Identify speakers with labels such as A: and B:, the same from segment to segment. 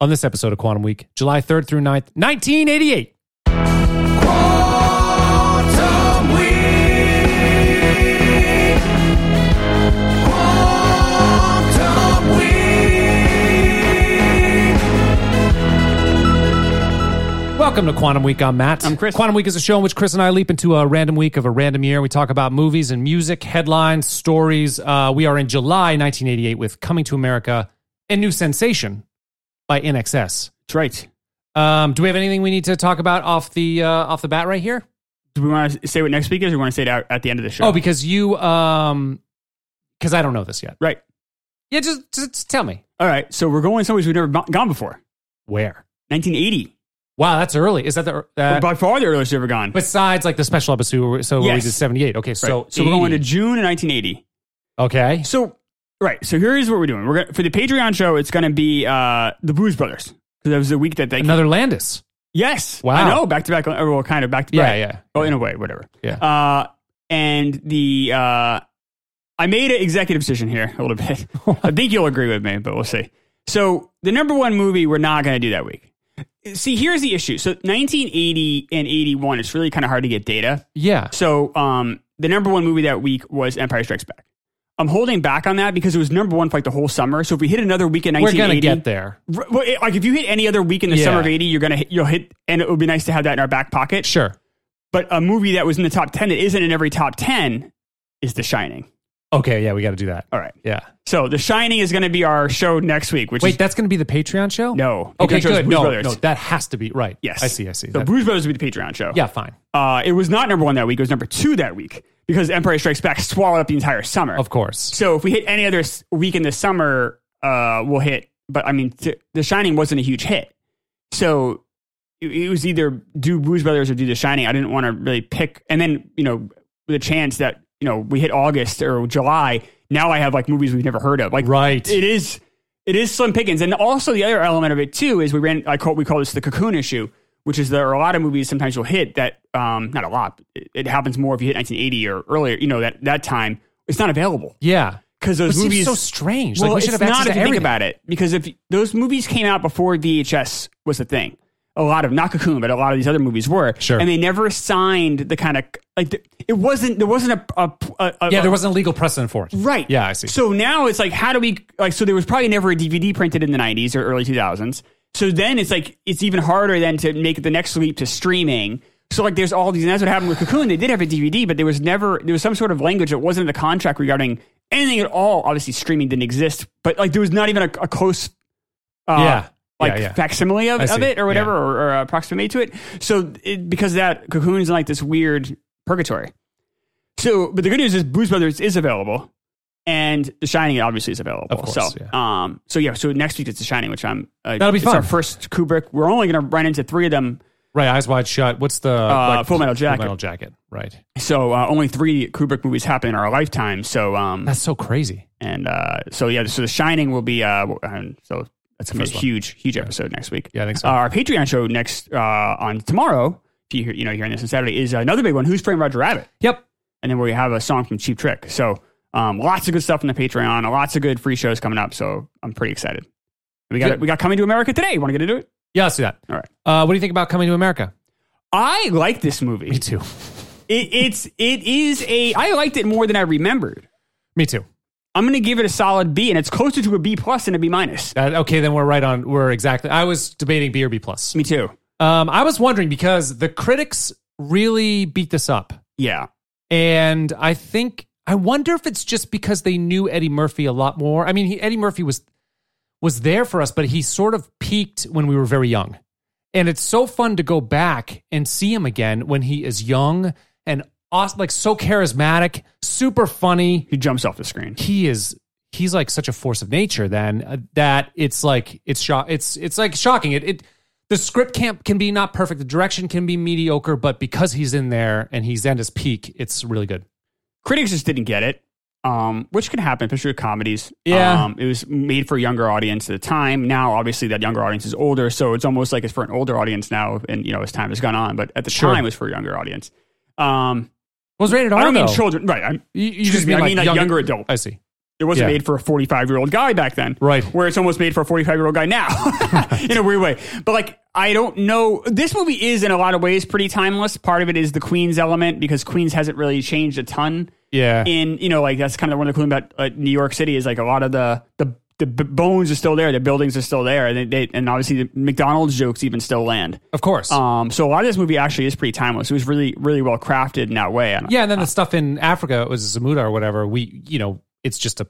A: on this episode of Quantum Week, July 3rd through 9th, 1988. Welcome to Quantum Week. I'm Matt.
B: I'm Chris.
A: Quantum Week is a show in which Chris and I leap into a random week of a random year. We talk about movies and music, headlines, stories. Uh, we are in July 1988 with Coming to America and New Sensation by NXS.
B: That's right.
A: Um, do we have anything we need to talk about off the uh, off the bat right here?
B: Do we want to say what next week is, or we want to say it out at the end of the show?
A: Oh, because you um, because I don't know this yet.
B: right.
A: Yeah, just, just tell me
B: All right. So we're going someplace we've never bo- gone before.
A: where.
B: 1980,
A: Wow, that's early. Is that the uh,
B: by far the earliest we've ever gone.
A: besides like the special episode? So where we
B: Yes.
A: did seventy eight. Okay,
B: Right.
A: so
B: so we're going to
A: 80.
B: June of 1980.
A: okay.
B: So right. So here is what we're doing. We're gonna, for the Patreon show. It's going to be uh, the Blues Brothers because that was the week that they.
A: Another Landis.
B: yes.
A: Wow.
B: I know. Back to back. or, Well, kind of back to
A: Yeah,
B: back.
A: yeah.
B: Oh, in a way, whatever.
A: Yeah.
B: Uh, and the uh, I made an executive decision here a little bit. I think you'll agree with me, but we'll see. So the number one movie we're not going to do that week. See, here's the issue. So 1980 and 81, it's really kind of hard to get data.
A: Yeah.
B: So um, the number one movie that week was Empire Strikes Back. I'm holding back on that because it was number one for like the whole summer. So if we hit another week in
A: We're gonna
B: 1980,
A: get there.
B: R- well, it- like if you hit any other week in the
A: Yeah.
B: summer of 80, you're gonna hit, you'll hit, and it would be nice to have that in our back pocket.
A: Sure.
B: But a movie that was in the top 10 that isn't in every top 10 is The Shining.
A: Okay. Yeah, we got to do that.
B: All right.
A: Yeah.
B: So The Shining is going to be our show next week, which
A: Wait,
B: is
A: that's going to be the Patreon show.
B: no.
A: Okay.
B: Patreon show is
A: Good.
B: Blues
A: No,
B: Brothers.
A: no, that has to be right.
B: Yes.
A: I see. I see.
B: So
A: That-
B: Blues Brothers would be the Patreon show.
A: yeah. Fine.
B: Uh, it was not number one that week. It was number two that week because Empire Strikes Back swallowed up the entire summer.
A: Of course.
B: So if we hit any other s- week in the summer, uh, we'll hit. But I mean, t- The Shining wasn't a huge hit, so it, it was either do Blues Brothers or do The Shining. I didn't want to really pick, and then you know, with a chance that you know we hit August or July. Now I have like movies we've never heard of. Like
A: Right.
B: it is, it is slim pickings, and also the other element of it too is we ran. I call we call this the cocoon issue. Which is there are a lot of movies sometimes you'll hit that um, not a lot. It, it happens more if you hit 1980 or earlier. You know that that time it's not available
A: Yeah.
B: because those
A: It seems
B: movies
A: so strange.
B: Well,
A: like we should
B: it's
A: have access
B: not
A: to
B: if you think
A: everything.
B: about it because if those movies came out before VHS was a thing, a lot of not Cocoon, but a lot of these other movies were.
A: Sure.
B: and they never signed the kind of like the, it wasn't there wasn't a, a, a, a-
A: Yeah, there wasn't a legal precedent for it.
B: right.
A: Yeah, I see.
B: So now it's like how do we like so there was probably never a DVD printed in the '90s or early 2000s. So then it's like it's even harder then to make the next leap to streaming. So like there's all these, and that's what happened with Cocoon. They did have a DVD, but there was never there was some sort of language that wasn't in the contract regarding anything at all. Obviously, streaming didn't exist, but like there was not even a, a close uh,
A: Yeah.
B: like
A: yeah, yeah.
B: facsimile of,
A: I
B: of
A: see.
B: it or whatever
A: Yeah.
B: or, or approximate to it. So it, because of that cocoon's in like this weird purgatory. So, but the good news is Blues Brothers is available, and The Shining obviously is available.
A: Of course,
B: so, um, so yeah, so next week it's The Shining, which I'm uh,
A: That'll be
B: it's
A: fun.
B: Our first Kubrick. We're only going to run into three of them,
A: Right, eyes wide shut. What's the
B: Uh, Full Metal Jacket.
A: Full Metal Jacket. Right.
B: so uh, only three Kubrick movies happen in our lifetime. So, um,
A: That's so crazy.
B: and uh, so yeah, so The Shining will be uh, um, so that's gonna be
A: First
B: a
A: one.
B: huge, huge episode next week.
A: Yeah, I think so.
B: Uh, our Patreon show next uh, on tomorrow. If you hear, you know, hearing this on Saturday is another big one. Who's playing Roger Rabbit?
A: yep.
B: And then we have a song from Cheap Trick. So um, lots of good stuff on the Patreon. Lots of good free shows coming up. So I'm pretty excited. We got
A: Good.
B: we got coming to America today. Want to get into it?
A: Yeah, let's do that.
B: All right.
A: Uh, what do you think about coming to America?
B: I like this movie.
A: Me
B: It,
A: too.
B: it's it is a I liked it more than I remembered.
A: Me too.
B: I'm gonna give it a solid B, and it's closer to a B plus than a B minus.
A: That, Uh, okay, then we're right on. We're exactly. I was debating B or B plus.
B: Me too.
A: Um, I was wondering because the critics really beat this up,
B: Yeah.
A: and I think I wonder if it's just because they knew Eddie Murphy a lot more. I mean, he, Eddie Murphy was was there for us, but he sort of peaked when we were very young. And it's so fun to go back and see him again when he is young and awes- like so charismatic, super funny.
B: He jumps off the screen.
A: He is he's like such a force of nature then uh, that it's like it's shock it's it's like shocking. It it the script can't can be not perfect, the direction can be mediocre, but because he's in there and he's at his peak, it's really good.
B: critics just didn't get it, um, which can happen, especially with comedies.
A: Yeah.
B: Um, it was made for a younger audience at the time. Now, obviously, that younger audience is older, so it's almost like it's for an older audience now, and you know, as time has gone on. But at the
A: Sure.
B: time, it was for a younger audience. Um,
A: Well, it's rated R
B: I don't mean
A: though.
B: children, right? I'm,
A: You, you
B: Excuse
A: just
B: me,
A: mean
B: I
A: like
B: mean, like,
A: young-
B: younger adult.
A: I see.
B: It wasn't
A: Yeah.
B: made for a 45 year old guy back then.
A: Right.
B: Where it's almost made for a 45 year old guy now in a weird way. But like, I don't know. This movie is in a lot of ways pretty timeless. Part of it is the Queens element because Queens hasn't really changed a ton.
A: Yeah.
B: In, you know, like that's kind of one of the cool thing about uh, New York City is like a lot of the, the, the b- bones are still there. The buildings are still there. And, they, and obviously the McDonald's jokes even still land.
A: Of course.
B: Um, so a lot of this movie actually is pretty timeless. It was really, really well crafted in that way. I don't-
A: yeah, and then the stuff in Africa it was Zamuda or whatever. We, you know, it's just a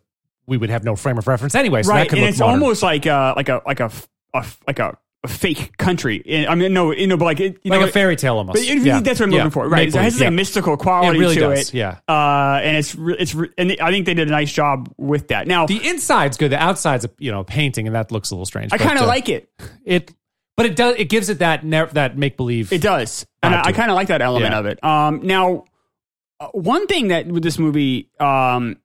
A: we would have no frame of reference anyway. So that
B: right
A: could
B: and
A: look
B: it's
A: modern.
B: almost like a like a like a, f- a f- like a, a fake country And- i mean no you know but like it, you
A: like
B: know,
A: a fairy tale almost.
B: but it-
A: Yeah.
B: that's what i'm
A: Yeah.
B: looking for right
A: Make
B: so it
A: believe,
B: has this like
A: yeah.
B: mystical quality
A: It really
B: to
A: does,
B: it
A: yeah.
B: uh and it's re- it's re- and i think they did a nice job with that now
A: The inside's good. The outside's a, you know a painting, and that looks a little strange.
B: i
A: but,
B: kind of
A: uh,
B: like it
A: it, but it does. It gives it that ner- that make believe.
B: It does, and I,
A: Not
B: I
A: to-
B: kind of like that element
A: Yeah.
B: of it. Um, now, uh, one thing that with this movie, um,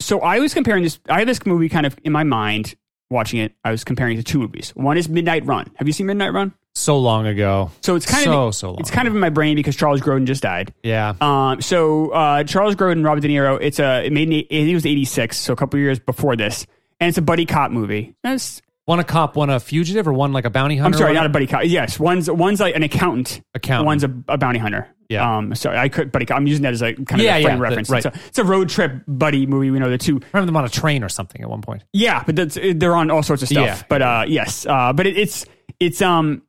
B: so I was comparing this. I had this movie kind of in my mind watching it. I was comparing it to two movies. One is Midnight Run. Have you seen Midnight Run?
A: so long ago.
B: So it's kind
A: So,
B: of
A: so long
B: It's kind of in my brain because Charles Grodin just died.
A: Yeah,
B: Um, so uh, Charles Grodin, Robert De Niro. It's a it made in, I think it was eighty six, so a couple years before this, and it's a buddy cop movie. That's-
A: one a cop, one a fugitive, or one like a bounty
B: I'm
A: hunter.
B: sorry,
A: or
B: not a
A: whatever?
B: buddy cop. Yes, one's one's like an accountant.
A: Accountant.
B: One's a, a bounty hunter.
A: Yeah.
B: Um. Sorry, I could, but I'm using that as a kind of
A: Yeah,
B: a
A: yeah,
B: frame
A: the-
B: reference.
A: right.
B: It's, a, it's a road trip buddy movie. We know the two.
A: I remember them on a train or something at one point.
B: Yeah, but that's, they're on all sorts of stuff.
A: Yeah.
B: But uh, yes. Uh, but it, it's it's um.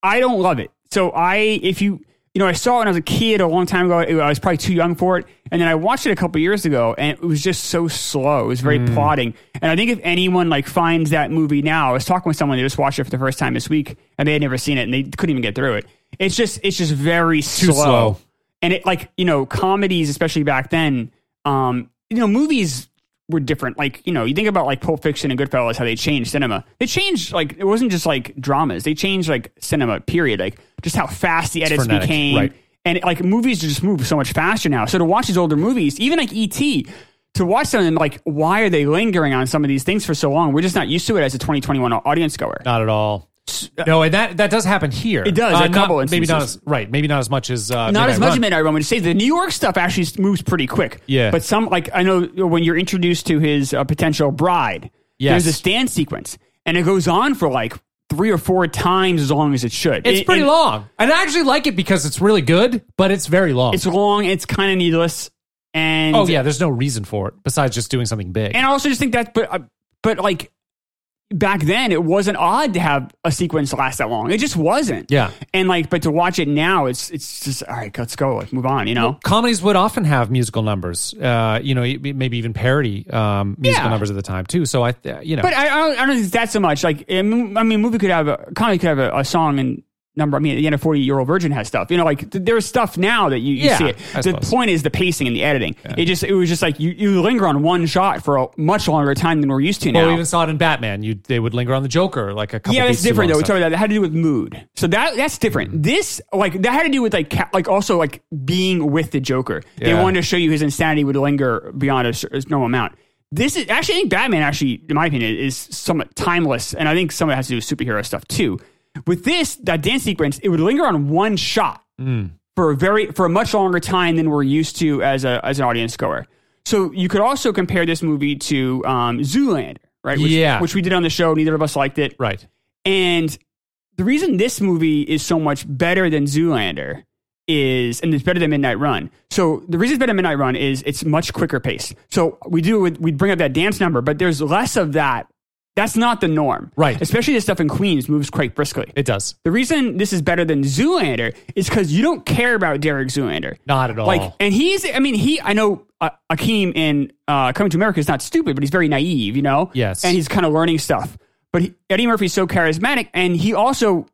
B: I don't love it. So I, if you, you know, I saw it when I was a kid a long time ago. I was probably too young for it, and then I watched it a couple years ago, and it was just so slow. It was very
A: Hmm.
B: plodding. And I think if anyone like finds that movie now, I was talking with someone they just watched it for the first time this week, and they had never seen it, and they couldn't even get through it. It's just, it's just very slow.
A: slow.
B: And it like you know comedies, especially back then, um, you know movies were different. Like you know you think about like Pulp Fiction and Goodfellas, how they changed cinema. They changed like it wasn't just like dramas. They changed like cinema. Period. Like just how fast the edits
A: frenetic,
B: became,
A: right.
B: and like movies just move so much faster now. So to watch these older movies, even like ET. To watch them, and like, why are they lingering on some of these things for so long? We're just not used to it as a 2021 audience goer.
A: Not at all. No, and that that does happen here. It
B: Uh, does, a couple
A: maybe not as
B: instances.
A: right. Maybe not as much as uh,
B: not as
A: Midnight
B: much
A: Run.
B: as Midnight Run. When you say the New York stuff actually moves pretty quick.
A: Yeah.
B: But some, like, I know when you're introduced to his uh, potential bride,
A: Yes.
B: there's this dance sequence, and it goes on for like three or four times as long as it should.
A: It's
B: And-
A: pretty
B: and
A: long, and I actually like it because it's really good, but it's very long.
B: It's long, it's kind of needless. And,
A: oh yeah, there's no reason for it besides just doing something big.
B: and I also just think that, but, uh, but like, back then it wasn't odd to have a sequence last that long. It just wasn't.
A: Yeah.
B: And like, but to watch it now, it's, it's just, all right, let's go, like, move on, you know?
A: comedies would often have musical numbers, uh, you know, maybe even parody um, musical
B: Yeah.
A: numbers at the time too. So I, uh, you know,
B: But I, I, don't, I don't think that so much. Like, I mean, I mean, a movie could have a comedy could have a, a song and number. I mean, the end of forty year old virgin has stuff. You know, like th- there's stuff now that you, you
A: Yeah,
B: see it.
A: I
B: the
A: suppose.
B: point is the pacing and the editing. It just it was just like you, you linger on one shot for a much longer time than we're used to
A: well,
B: now.
A: we even saw it in Batman. You they would linger on the Joker like a couple.
B: yeah, that's
A: beats too
B: different though.
A: long, Mm-hmm.
B: We
A: so-
B: talked about that. That had to do with mood. So that that's different. This like that had to do with like ca- like also like being with the Joker. They
A: Yeah.
B: wanted to show you his insanity would linger beyond a, cer- a normal amount. This is actually I think Batman actually, in my opinion, is somewhat timeless, and I think some of it has to do with superhero stuff too. With this that dance sequence, it would linger on one shot
A: Mm.
B: for a very for a much longer time than we're used to as a as an audience goer. So you could also compare this movie to um, Zoolander, right? Which,
A: Yeah.
B: which we did on the show. Neither of us liked it.
A: right.
B: And the reason this movie is so much better than Zoolander is, and it's better than Midnight Run. So the reason it's better than Midnight Run is it's much quicker paced. So we do we bring up that dance number, but there's less of that. That's not the norm,
A: Right.
B: Especially the stuff in Queens moves quite briskly.
A: It does
B: the reason this is better than Zoolander is because you don't care about Derek Zoolander.
A: not at all.
B: Like, and he's, I mean, he, I know uh, Akeem in uh, Coming to America is not stupid, but he's very naive, you know?
A: Yes.
B: And he's kind of learning stuff. But he, Eddie Murphy's so charismatic, and he also,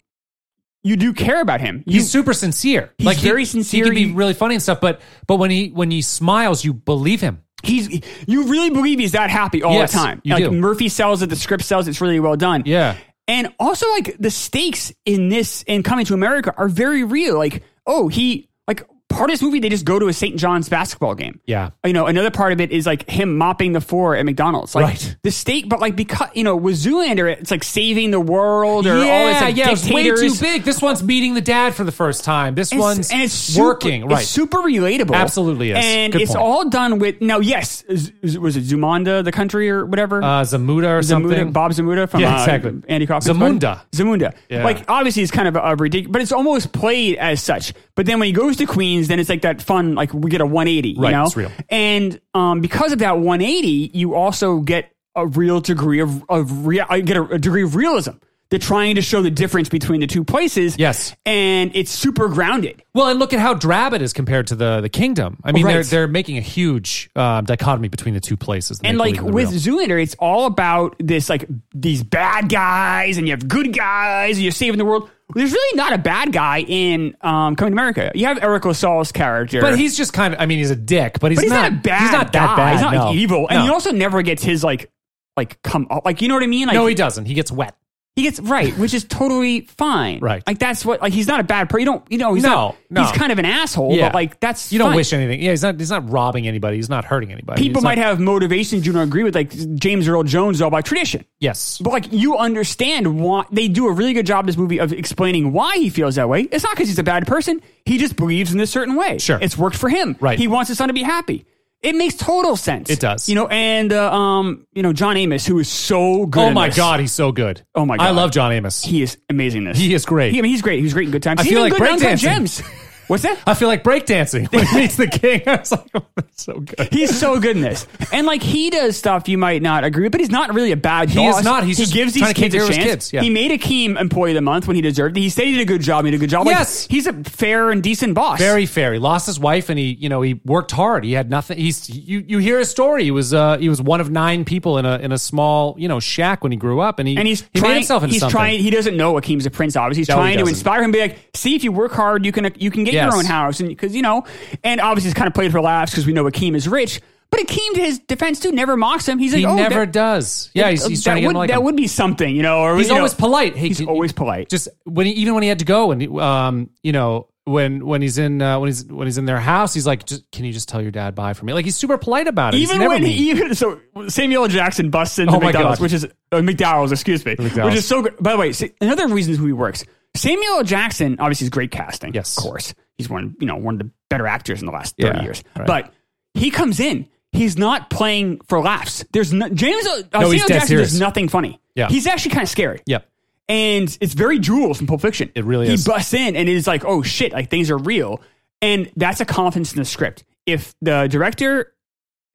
B: you do care about him. You,
A: he's super sincere.
B: He's
A: like he-
B: very
A: He
B: sincere.
A: can be
B: You-
A: really funny and stuff, but but when he when he smiles, you believe him.
B: he's, you really believe he's that happy all
A: Yes,
B: the time.
A: you
B: like,
A: do.
B: Murphy sells it, the script sells it, it's really well done.
A: Yeah.
B: And also, like the stakes in this in Coming to America are very real. Like, oh, he like part of this movie they just go to a St. John's basketball game.
A: Yeah.
B: You know, another part of it is like him mopping the floor at McDonald's. Like
A: Right.
B: the state, but like because you know, with Zoolander, it's like saving the world or all this like
A: yeah, it's way
B: dictators.
A: too big. This one's meeting the dad for the first time. This
B: It's-
A: one's
B: and it's super,
A: working.
B: it's
A: right.
B: super relatable.
A: Absolutely is.
B: And
A: Good
B: it's
A: point.
B: all done with now. Yes, Z- Z- was it Zumanda, the country or whatever?
A: uh, Zamuda or
B: Zamunda,
A: something.
B: Bob Zamunda from
A: Yeah,
B: uh,
A: exactly.
B: Andy Kaufman's
A: Zamunda.
B: band? Zamunda.
A: Yeah.
B: Like obviously it's kind of a ridiculous, but it's almost played as such. But then when he goes to Queens, then it's like that fun. Like we get a 180.
A: Right,
B: You know?
A: it's real.
B: And um, because of that 180, you also get a real degree of of real. I get a, a degree of realism. They're trying to show the difference between the two places.
A: Yes.
B: And it's super grounded.
A: Well, and look at how drab it is compared to the the kingdom. I mean, they're
B: Right.
A: they're making a huge um, dichotomy between the two places. the
B: and
A: make-believe
B: like
A: the
B: with
A: real.
B: Zoolander, it's all about this like these bad guys, and you have good guys, and you're saving the world. There's really not a bad guy in um, Coming to America. You have Eric Lasalle's character,
A: but he's just kind of. I mean, he's a dick, but he's,
B: but he's not, a bad.
A: He's not
B: guy.
A: that bad.
B: He's not
A: no.
B: like, evil, and
A: No.
B: he also never gets his like like come up. Like you know what I mean? Like
A: no, he doesn't. He gets wet.
B: he gets right, which is totally fine.
A: Right.
B: Like that's what like he's not a bad person. You don't you know he's
A: No,
B: not,
A: no.
B: he's kind of an asshole,
A: Yeah.
B: but like that's
A: You don't
B: fine.
A: wish anything. Yeah, he's not. He's not robbing anybody. He's not hurting anybody.
B: People
A: He's
B: might
A: not-
B: have motivations you don't agree with, like James Earl Jones is all about tradition.
A: Yes.
B: But like you understand why they do a really good job in this movie of explaining why he feels that way. It's not because he's a bad person. He just believes in this certain way.
A: Sure.
B: It's worked for him.
A: Right.
B: He wants his son to be happy. It makes total sense.
A: It does.
B: You know, and uh, um, you know, John Amos, who is so good.
A: Oh
B: in
A: my
B: this.
A: God, he's so good.
B: Oh my
A: I
B: God.
A: love John Amos.
B: He is amazing in this.
A: He is great.
B: He, I mean he's great. He was great in good times.
A: I
B: He's
A: feel
B: even
A: like
B: good in Uncut
A: breakdancing.
B: gems. What's that?
A: I feel like breakdancing when he meets the king. I was like, oh, that's so good.
B: He's so good in this, and like he does stuff you might not agree with, but he's not really a bad.
A: He is
B: boss.
A: not. He's
B: he
A: just
B: gives
A: trying
B: these
A: to
B: kids a
A: cater to
B: chance.
A: his kids, yeah.
B: He made Akeem Employee of the Month when he deserved it. He said he did a good job. He did a good job. Like,
A: Yes.
B: he's a fair and decent boss.
A: very fair. He lost his wife, and he, you know, he worked hard. He had nothing. He's you. You hear his story. He was uh, he was one of nine people in a in a small you know shack when he grew up, and he
B: and he's
A: he
B: trying.
A: made himself into
B: he's
A: something.
B: trying. He doesn't know Akeem's a prince. Obviously, he's
A: No, he
B: trying to
A: doesn't.
B: inspire him. Be like, see if you work hard, you can you can get
A: Yes.
B: your own house, and because you know, and obviously it's kind of played for laughs because we know Akeem is rich. But Akeem, to his defense, too, never mocks him. He's like,
A: he
B: oh,
A: never
B: that,
A: does. Yeah, he's, he's
B: that
A: trying to get
B: would,
A: him like
B: that
A: him.
B: would be something, you know. Or
A: He's
B: you know,
A: always polite. Hey,
B: he's
A: can-
B: always polite.
A: Just when he, even when he had to go, and um, you know, when when he's in uh, when he's when he's in their house, he's like, just, can you just tell your dad bye for me? Like he's super polite about it. He's
B: even
A: never
B: when
A: mean.
B: he, even so Samuel L. Jackson busts into
A: Oh my
B: McDonald's,
A: God.
B: which is uh, McDowell's, excuse me,
A: McDowell's.
B: which is so good. By the way, see, another reason this movie works. Samuel L. Jackson obviously is great casting.
A: Yes.
B: of course, he's one you know one of the better actors in the last thirty
A: Yeah,
B: years.
A: right.
B: But he comes in. He's not playing for laughs. There's no, James uh, uh,
A: No,
B: Samuel
A: he's
B: L.
A: dead
B: Jackson
A: serious.
B: does nothing funny.
A: Yeah.
B: he's actually kind of scary.
A: Yep.
B: And it's very Jules from Pulp Fiction.
A: It really
B: he
A: is.
B: He busts in and it's like, oh shit, like things are real. And that's a confidence in the script. If the director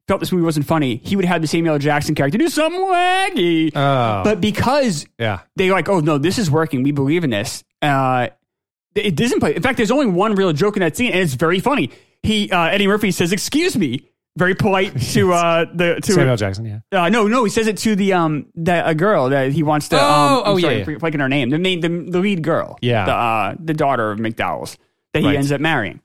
B: felt this movie wasn't funny, he would have the Samuel L. Jackson character do something waggy.
A: Oh,
B: but because
A: yeah.
B: they like, oh no, this is working. We believe in this. Uh, it doesn't play. In fact, there's only one real joke in that scene, and it's very funny. He uh, Eddie Murphy says, "Excuse me," very polite to uh, the to
A: Samuel Jackson. Yeah.
B: uh, no, no, he says it to the um that a girl that he wants to.
A: Oh,
B: um, I'm
A: oh,
B: sorry,
A: yeah, yeah.
B: for- Liking her name, the main, the, the lead girl,
A: Yeah.
B: the, uh, the daughter of McDowell's that he
A: Right.
B: ends up marrying.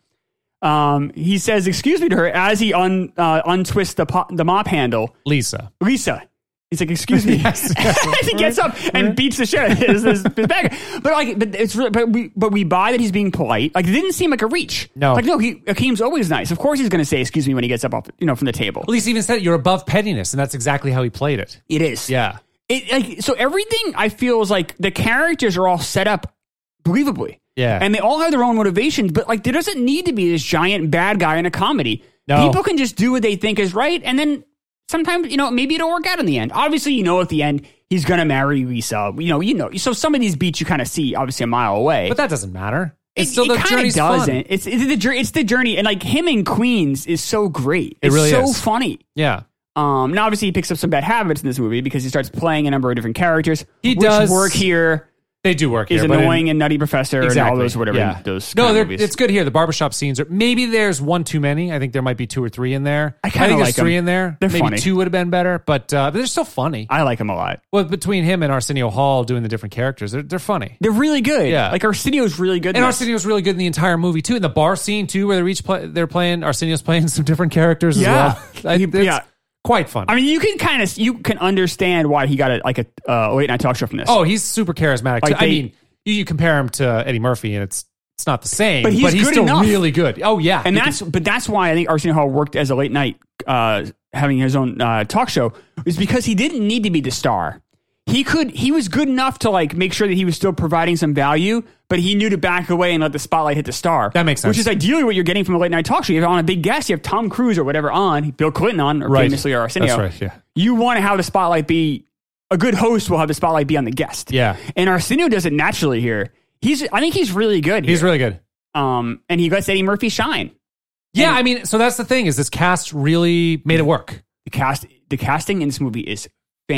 B: Um, he says, "Excuse me" to her as he un uh, untwists the po- the mop handle.
A: Lisa.
B: Lisa. He's like, excuse me.
A: Yes.
B: As he gets up and beats the shit out of his, his, his bag. But like, but it's really, but we, but we buy that he's being polite. Like, it didn't seem like a reach.
A: No.
B: like no. He Akeem's always nice. Of course, he's going to say excuse me when he gets up off, you know, from the table.
A: Lisa even said it, you're above pettiness, and that's exactly how he played it.
B: It is.
A: Yeah.
B: it like so everything I feel is like the characters are all set up believably.
A: Yeah.
B: And they all have their own motivations, but like there doesn't need to be this giant bad guy in a comedy.
A: No.
B: People can just do what they think is right and then sometimes, you know, maybe it'll work out in the end. Obviously, you know at the end he's gonna marry Lisa. You know, you know. So some of these beats you kind of see obviously a mile away.
A: But that doesn't matter.
B: It-
A: It's still
B: it
A: the
B: kinda
A: journey's
B: doesn't.
A: fun.
B: It's it's the jour- it's the journey, and like him in Queens is so great. It's
A: really
B: so
A: is.
B: funny.
A: Yeah.
B: Um, now obviously he picks up some bad habits in this movie because he starts playing a number of different characters.
A: He
B: which
A: does.
B: work here
A: They do work
B: is
A: here. but in-
B: annoying and Nutty Professor
A: exactly.
B: and all those whatever
A: Yeah.
B: those
A: no,
B: kind
A: they're-
B: of movies.
A: it's good here. The barbershop scenes are maybe there's one too many. I think there might be two or three in there.
B: I kinda
A: think there's
B: like 'em.
A: three in there.
B: They're
A: maybe
B: funny.
A: two would have been better, but uh, but they're still funny.
B: I like him a lot.
A: well, between him and Arsenio Hall doing the different characters, they're they're funny.
B: They're really good.
A: Yeah.
B: like Arsenio's really good. in
A: And
B: this.
A: Arsenio's really good in the entire movie too. In the bar scene too, where they're each play, they're playing Arsenio's playing some different characters
B: Yeah.
A: as well. I,
B: He-
A: it's
B: yeah.
A: quite fun.
B: I mean, you can kind of you can understand why he got a, like a uh, late night talk show from this.
A: Oh, he's super charismatic.
B: Like
A: too. I
B: they-
A: mean, you, you compare him to Eddie Murphy, and it's It's not the same,
B: But he's good
A: still
B: enough.
A: really good. Oh yeah,
B: and
A: He
B: that's but that's why I think Arsenio Hall worked as a late night, uh, having his own uh, talk show, is because he didn't need to be the star. He could he was good enough to like make sure that he was still providing some value, but he knew to back away and let the spotlight hit the star.
A: That makes sense.
B: Which is ideally what you're getting from a late night talk show. You have on a big guest, you have Tom Cruise or whatever on, Bill Clinton on, or
A: Right.
B: famously or Arsenio.
A: That's right, yeah.
B: You want to have the spotlight be a good host will have the spotlight be on the guest.
A: Yeah.
B: And Arsenio does it naturally here. He's I think he's really good.
A: he's
B: here.
A: really good.
B: um and he lets Eddie Murphy shine.
A: Yeah, I mean, so that's the thing is this cast really made it work.
B: the cast the casting in this movie is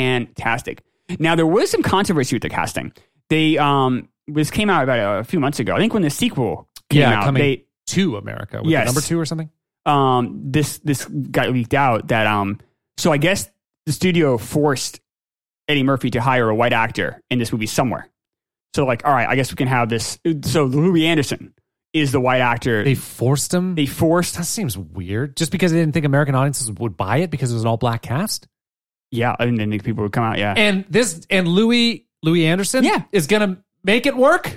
B: fantastic. Now there was some controversy with the casting. They um this came out about a, few months ago. I think when the sequel came
A: yeah,
B: out,
A: coming
B: they
A: to America, was it
B: Yes.
A: number two or something.
B: um this this got leaked out that um so I guess the studio forced Eddie Murphy to hire a white actor in this movie somewhere. So like, all right, I guess we can have this. So Louis Anderson is the white actor.
A: They forced him.
B: they forced
A: that seems weird. Just because they didn't think American audiences would buy it because it was an all black cast.
B: yeah, I didn't think people would come out. Yeah,
A: And this and Louis Louis Anderson
B: Yeah.
A: is gonna make it work.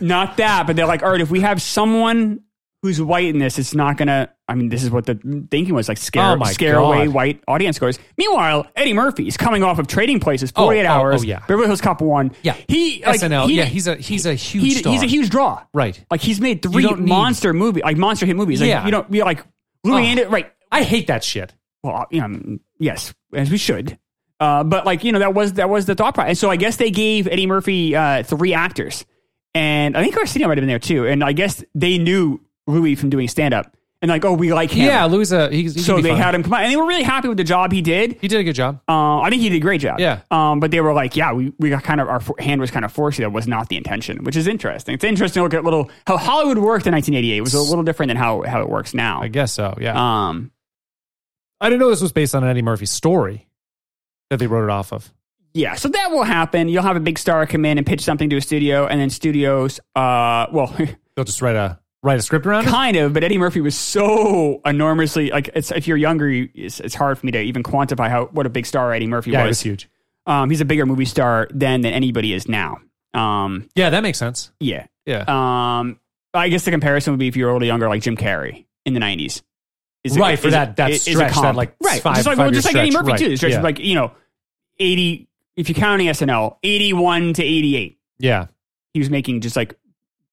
B: not that, but they're like, all right, if we have someone who's white in this, it's not gonna. I mean, this is what the thinking was like scare,
A: Oh my
B: scare
A: God.
B: away white audience scores. Meanwhile, Eddie Murphy is coming off of Trading Places,
A: Oh,
B: 48
A: oh, oh,
B: Hours,
A: yeah.
B: Beverly Hills Cop 1.
A: Yeah.
B: He, like,
A: SNL.
B: he-
A: yeah, he's a he's a huge
B: he-
A: star.
B: he's a huge draw.
A: right.
B: Like, he's made three
A: don't need-
B: monster movie, like monster hit movies. Like,
A: Yeah.
B: you don't, you're like, Louis
A: Oh.
B: Anderson, right.
A: I hate that shit.
B: Well, you know, yes, as we should. Uh, but like, you know, that was, that was the thought process. And so I guess they gave Eddie Murphy, uh, three actors. And I think Arsenio might have been there too. And I guess they knew Louis from doing stand up. And like, oh, we like him.
A: Yeah, Louis a he's, he
B: So
A: can be
B: they
A: fun.
B: had him come out. And they were really happy with the job he did.
A: he did a good job.
B: Uh, I think he did a great job.
A: Yeah.
B: Um, but they were like, yeah, we, we got kind of, our for- hand was kind of forced. That was not the intention, which is interesting. It's interesting to look at little, how Hollywood worked in 1988 It was a little different than how, how it works now.
A: I guess so. Yeah.
B: Um,
A: I didn't know this was based on an Eddie Murphy story that they wrote it off of.
B: Yeah, so that will happen. You'll have a big star come in and pitch something to a studio, and then studios, uh, well,
A: They'll just write a write a script around it.
B: kind of. But Eddie Murphy was so enormously like, it's, if you're younger, you- it's, it's hard for me to even quantify how what a big star Eddie Murphy
A: Yeah, it was
B: was.
A: huge.
B: Um, he's a bigger movie star then than anybody is now. Um,
A: Yeah, that makes sense. Uh,
B: yeah.
A: Yeah.
B: Um, I guess the comparison would be if you're a little younger, like Jim Carrey in the '90s. Is
A: Right, for that- that
B: is a
A: stretch,
B: comp.
A: that, like,
B: right,
A: five-
B: just like
A: five-year
B: just like Eddie
A: stretch,
B: Murphy
A: right,
B: too. The stretch is
A: yeah.
B: like you know, eighty. If you're counting SNL, eighty-one to eighty-eight,
A: yeah.
B: he was making just like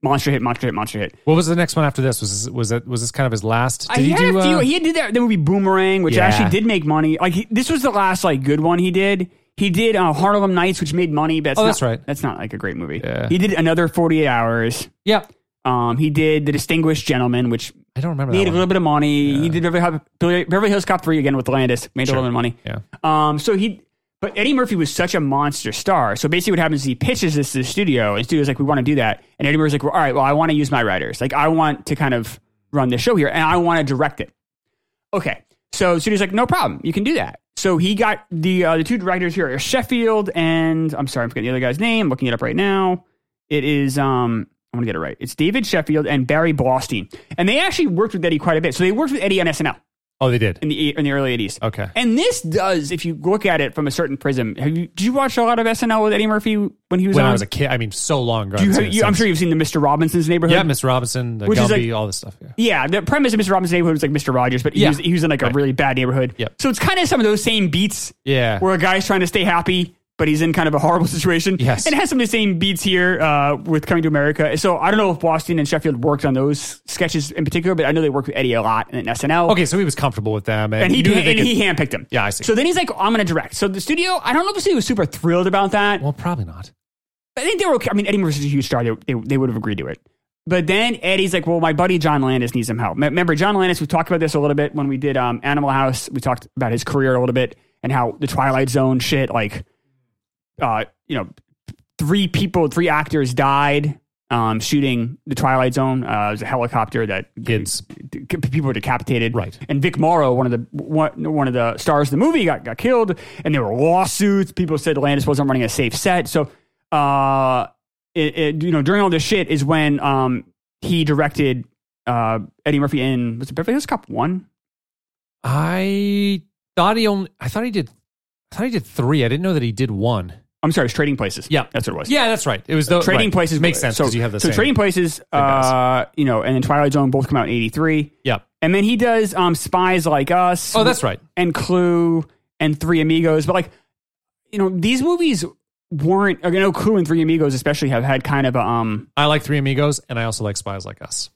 B: monster hit, monster hit, monster hit.
A: What was the next one after this? Was this, was it was this kind of his last? Did
B: he,
A: he
B: had
A: do?
B: a few.
A: uh,
B: he did that the movie Boomerang, which
A: Yeah.
B: actually did make money. Like he, this was the last like good one he did. He did uh, Harlem Nights, which made money. But that's
A: Oh,
B: not,
A: that's right.
B: That's not like a great movie.
A: Yeah.
B: He did another Forty Eight Hours.
A: yeah,
B: Um, he did The Distinguished Gentleman, which
A: I don't remember
B: made
A: that
B: a little
A: one.
B: bit of money. He did Beverly, Hub- Beverly Beverly Hills Cop 3 again with Landis, made a little bit of money.
A: Yeah.
B: Um, so he, but Eddie Murphy was such a monster star. So basically, what happens is he pitches this to the studio, and the studio's like, "We want to do that." And Eddie Murphy's like, well, "All right, well, I want to use my writers. Like, I want to kind of run the show here, and I want to direct it." Okay, so the studio's like, "No problem, you can do that." So he got the uh, the two directors here are Sheffield and I'm sorry, I'm forgetting the other guy's name. I'm looking it up right now. It is um. I'm gonna get it right. It's David Sheffield and Barry Blostein, and they actually worked with Eddie quite a bit. So they worked with Eddie on SNL
A: Oh, they did.
B: in the in the early '80s.
A: Okay.
B: And this does, if you look at it from a certain prism, have you, did you watch a lot of SNL with Eddie Murphy when he was
A: When
B: on?
A: I was a kid, I mean, so long ago.
B: Do you
A: I've
B: have-
A: seen it
B: you- I'm
A: since.
B: sure you've seen the Mr. Robinson's Neighborhood.
A: Yeah, Miss Robinson, the
B: Which is
A: Gumby,
B: like-
A: all this stuff. Yeah.
B: Yeah, the premise of Mr. Robinson's Neighborhood was like Mr. Rogers, but he,
A: Yeah.
B: was, he was in like a
A: Right.
B: really bad neighborhood.
A: Yep.
B: So it's kind of some of those same beats
A: Yeah.
B: where a guy's trying to stay happy, but he's in kind of a horrible situation.
A: Yes.
B: And it has some of the same beats here uh, with Coming to America. So I don't know if Boston and Sheffield worked on those sketches in particular, but I know they worked with Eddie a lot in SNL.
A: okay, so he was comfortable with them, and,
B: and he
A: knew that
B: and
A: they could-
B: he handpicked him.
A: Yeah, I see.
B: So then he's like, "Oh, "I'm going to direct." So the studio, I don't know if the studio was super thrilled about that.
A: well, probably not.
B: I think they were okay. I mean, Eddie Murphy's a huge star; they, they, they would have agreed to it. But then Eddie's like, "Well, my buddy John Landis needs some help." Me- Remember, John Landis? We talked about this a little bit when we did um, Animal House. We talked about his career a little bit and how the Twilight Zone shit, like, uh, you know, three people, three actors died um, shooting the Twilight Zone. Uh, it was a helicopter that
A: Kids.
B: d- people were decapitated.
A: Right.
B: And Vic Morrow, one of the one, one of the stars of the movie, got, got killed, and there were lawsuits. People said Landis wasn't running a safe set. So, uh, it, it, you know, during all this shit is when um he directed uh Eddie Murphy in was it Beverly Hills Cop one?
A: I thought he only. I thought he did. I thought he did three. I didn't know that he did one.
B: I'm sorry, it was Trading Places.
A: Yeah,
B: that's what it was.
A: Yeah, that's right. It was the
B: Trading
A: right.
B: Places
A: makes sense
B: So
A: because you have the
B: so
A: same.
B: Trading Places, uh, you know, and then Twilight Zone both come out in '83.
A: yeah.
B: And then he does um, Spies Like Us.
A: Oh, that's right.
B: And Clue and Three Amigos. But like, you know, these movies weren't. I know Clue and Three Amigos especially have had kind of a. Um,
A: I like Three Amigos, and I also like Spies Like Us.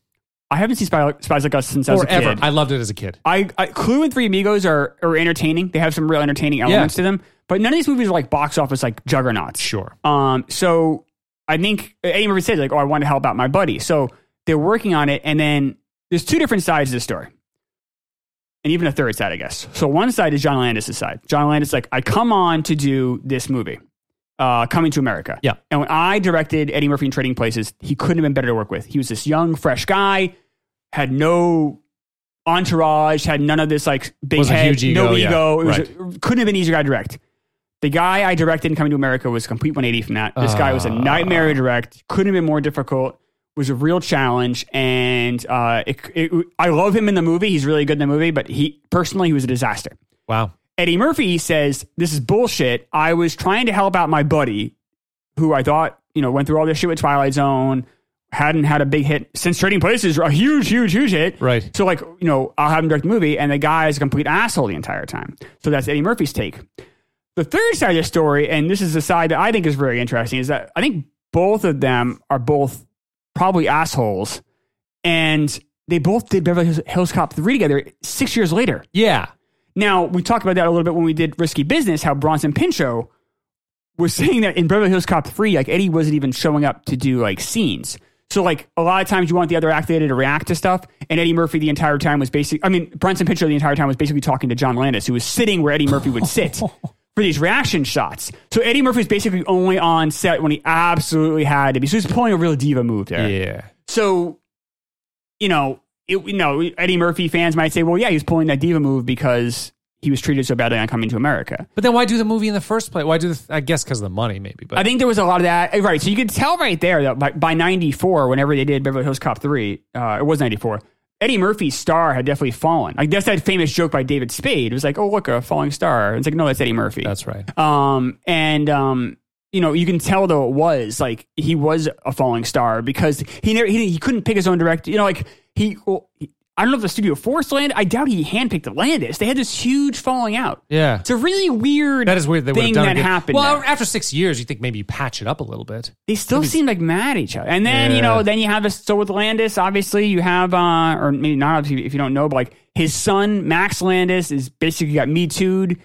B: I haven't seen Spy, Spies Like Us since I was a
A: Forever,
B: kid.
A: I loved it as a kid.
B: I, I Clue and Three Amigos are are entertaining. They have some real entertaining elements to them. But none of these movies are like box office like juggernauts.
A: Sure.
B: Um, so I think Eddie Murphy said like, "Oh, I want to help out my buddy." So they're working on it, and then there's two different sides to the story, and even a third side, I guess. So one side is John Landis' side. John Landis is like, "I come on to do this movie, uh, Coming to America."
A: Yeah.
B: And when I directed Eddie Murphy in Trading Places, he couldn't have been better to work with. He was this young, fresh guy, had no entourage, had none of this like big
A: Wasn't
B: head,
A: huge ego,
B: no
A: yeah.
B: ego. It was couldn't have been easier guy to direct. The guy I directed in Coming to America was a complete 180 from that. This guy was a nightmare to direct. Couldn't have been more difficult. Was a real challenge, and uh, it, it, I love him in the movie. He's really good in the movie, but he personally he was a disaster.
A: Wow.
B: Eddie Murphy says this is bullshit. I was trying to help out my buddy, who I thought you know went through all this shit with Twilight Zone, hadn't had a big hit since Trading Places, a huge, huge, huge hit.
A: Right.
B: So like you know, I'll have him direct the movie, and the guy is a complete asshole the entire time. So that's Eddie Murphy's take. The third side of the story, and this is the side that I think is very interesting, is that I think both of them are both probably assholes, and they both did Beverly Hills- Hills Cop three together six years later.
A: Yeah.
B: Now, we talked about that a little bit when we did Risky Business, how Bronson Pinchot was saying that in Beverly Hills Cop 3, like Eddie wasn't even showing up to do like scenes. So, like, a lot of times you want the other actor to react to stuff, and Eddie Murphy the entire time was basically, I mean, Bronson Pinchot the entire time was basically talking to John Landis, who was sitting where Eddie Murphy would sit for these reaction shots. So, Eddie Murphy's basically only on set when he absolutely had to be. So, he's pulling a real diva move there.
A: Yeah.
B: So, you know, it, you know, Eddie Murphy fans might say, well, yeah, he was pulling that diva move because he was treated so badly on Coming to America.
A: But then why do the movie in the first place? Why do the, I guess because of the money maybe? But
B: I think there was a lot of that. Right. So you could tell right there that by, by 94, whenever they did Beverly Hills Cop 3, uh, it was 94, Eddie Murphy's star had definitely fallen. Like, that's that famous joke by David Spade. It was like, oh, look, a falling star. It's like, no, that's Eddie Murphy.
A: that's right.
B: Um, and um, you know, you can tell though it was like he was a falling star because he never he, he couldn't pick his own director. You know, like he. Well, he- I don't know if the studio forced Land. I doubt he handpicked Landis. They had this huge falling out.
A: Yeah.
B: It's a really weird.
A: That is weird. They would
B: thing
A: have done
B: that
A: it.
B: happened.
A: Well,
B: there.
A: after six years, you think maybe you patch it up a little bit.
B: they still seem like mad at each other. And then you
A: Yeah.
B: know, then you have this. So with Landis, obviously you have, uh, or maybe not obviously if you don't know, but like his son Max Landis is basically got me too'd.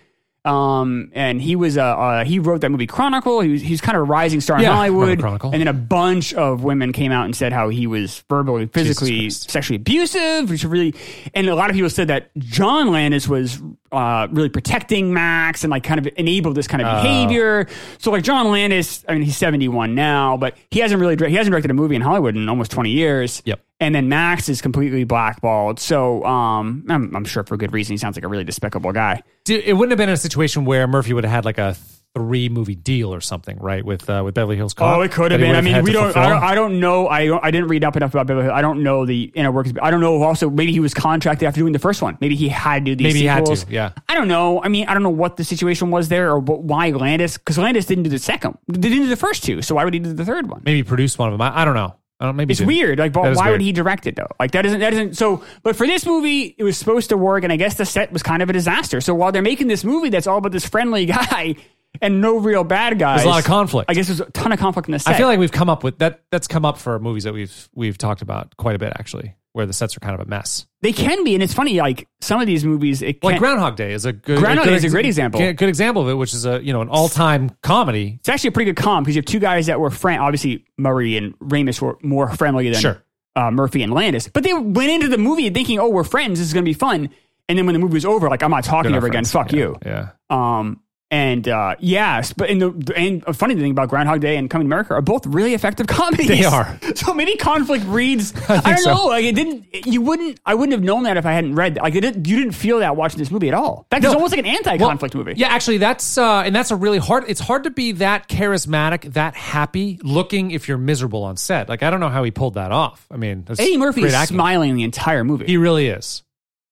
B: Um, and he was uh, uh he wrote that movie Chronicle. He was he's kind of a rising star in
A: Yeah, I remember
B: Hollywood.
A: Chronicle.
B: And then a bunch of women came out and said how he was verbally, physically,
A: Christ.
B: sexually abusive, which really, and a lot of people said that John Landis was uh, really protecting Max and like kind of enabled this kind of behavior. So like John Landis, I mean he's seventy one now, but he hasn't really direct- he hasn't directed a movie in Hollywood in almost twenty years.
A: Yep.
B: And then Max is completely blackballed. So um, I'm, I'm sure for good reason. He sounds like a really despicable guy.
A: Dude, it wouldn't have been a situation where Murphy would have had like a three movie deal or something, right? With uh, with Beverly Hills Cop.
B: Oh, it could have
A: that he
B: been.
A: would
B: I mean,
A: had
B: we
A: to
B: don't. I
A: fulfill?
B: don't. I don't know. I don't, I didn't read up enough about Beverly. Hills. I don't know the inner workings. I don't know. Also, maybe he was contracted after doing the first one. Maybe he had to do these.
A: Maybe he had to,
B: sequels.
A: yeah.
B: I don't know. I mean, I don't know what the situation was there or what, why Landis because Landis didn't do the second. They didn't do the first two. So why would he do the third one?
A: maybe produce one of them. I, I don't know. I don't. Maybe he
B: It's
A: didn't.
B: weird. Like, but
A: That is
B: why would
A: weird.
B: he direct it though? Like that isn't that isn't so. But for this movie, it was supposed to work, and I guess the set was kind of a disaster. So while they're making this movie that's all about this friendly guy and no real bad guy,
A: There's a lot of conflict.
B: I guess there's a ton of conflict in the set.
A: I feel like we've come up with that. That's come up for movies that we've we've talked about quite a bit actually, where the sets are kind of a mess.
B: They can be, and it's funny. Like some of these movies, it
A: Like
B: can,
A: Groundhog Day is a good
B: Groundhog
A: good
B: Day is a great
A: ex-
B: example.
A: Good good example of it, which is a you know an all time comedy.
B: it's actually a pretty good comp because you have two guys that were friend. Obviously, Murray and Ramus were more friendly than
A: Sure.
B: uh, Murphy and Landis, but they went into the movie thinking, "Oh, we're friends. This is going to be fun." And then when the movie was over, like, "I'm not talking
A: They're
B: to
A: not
B: her again.
A: friends.
B: Fuck
A: Yeah,
B: you."
A: Yeah.
B: Um, and uh, yes, but in the and a funny thing about Groundhog Day and Coming to America are both really effective comedies.
A: They are.
B: So maybe conflict breeds. I,
A: think
B: don't
A: so.
B: know. Like it didn't. You wouldn't. I wouldn't have known that if I hadn't read. Like it didn't, you didn't feel that watching this movie at all. In fact, it's
A: No.
B: almost like an anti-conflict movie.
A: Yeah, actually, that's uh, and that's a really hard. It's hard to be that charismatic, that happy looking if you're miserable on set. Like I don't know how he pulled that off. I mean, that's
B: Eddie Murphy
A: great
B: is
A: acting.
B: smiling the entire movie.
A: He really is.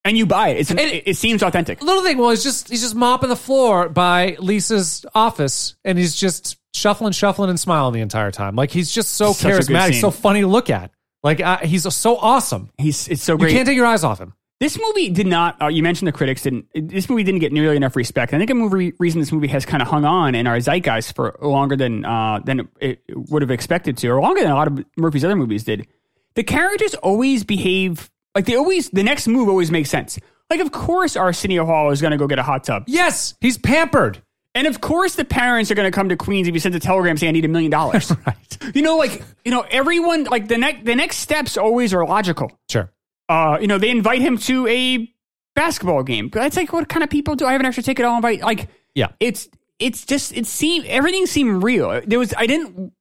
B: and you buy it. It's an,
A: And-
B: it, it seems authentic.
A: Little thing. Well, he's just he's just mopping the floor by Lisa's office, and he's just shuffling, shuffling, and smiling the entire time. Like he's just so
B: Such a good
A: charismatic,
B: scene.
A: so funny to look at. Like uh, he's so awesome.
B: He's it's so
A: You
B: great.
A: can't take your eyes off him.
B: This movie did not. Uh, you mentioned the critics didn't. This movie didn't get nearly enough respect. I think a movie reason this movie has kind of hung on in our zeitgeist for longer than uh, than it would have expected to, or longer than a lot of Murphy's other movies did. The characters always behave like they always. The next move always makes sense. Like of course Arsenio Hall is going to go get a hot tub,
A: Yes, he's pampered.
B: and of course the parents are going to come to Queens if you send a telegram saying I need a million dollars.
A: Right.
B: You know, like you know everyone. Like the next the next steps always are logical
A: Sure.
B: uh, you know, they invite him to a basketball game. But it's like, what kind of people do I have an extra ticket? I'll invite. Like,
A: Yeah.
B: it's it's just it seemed everything seemed real. There was I didn't,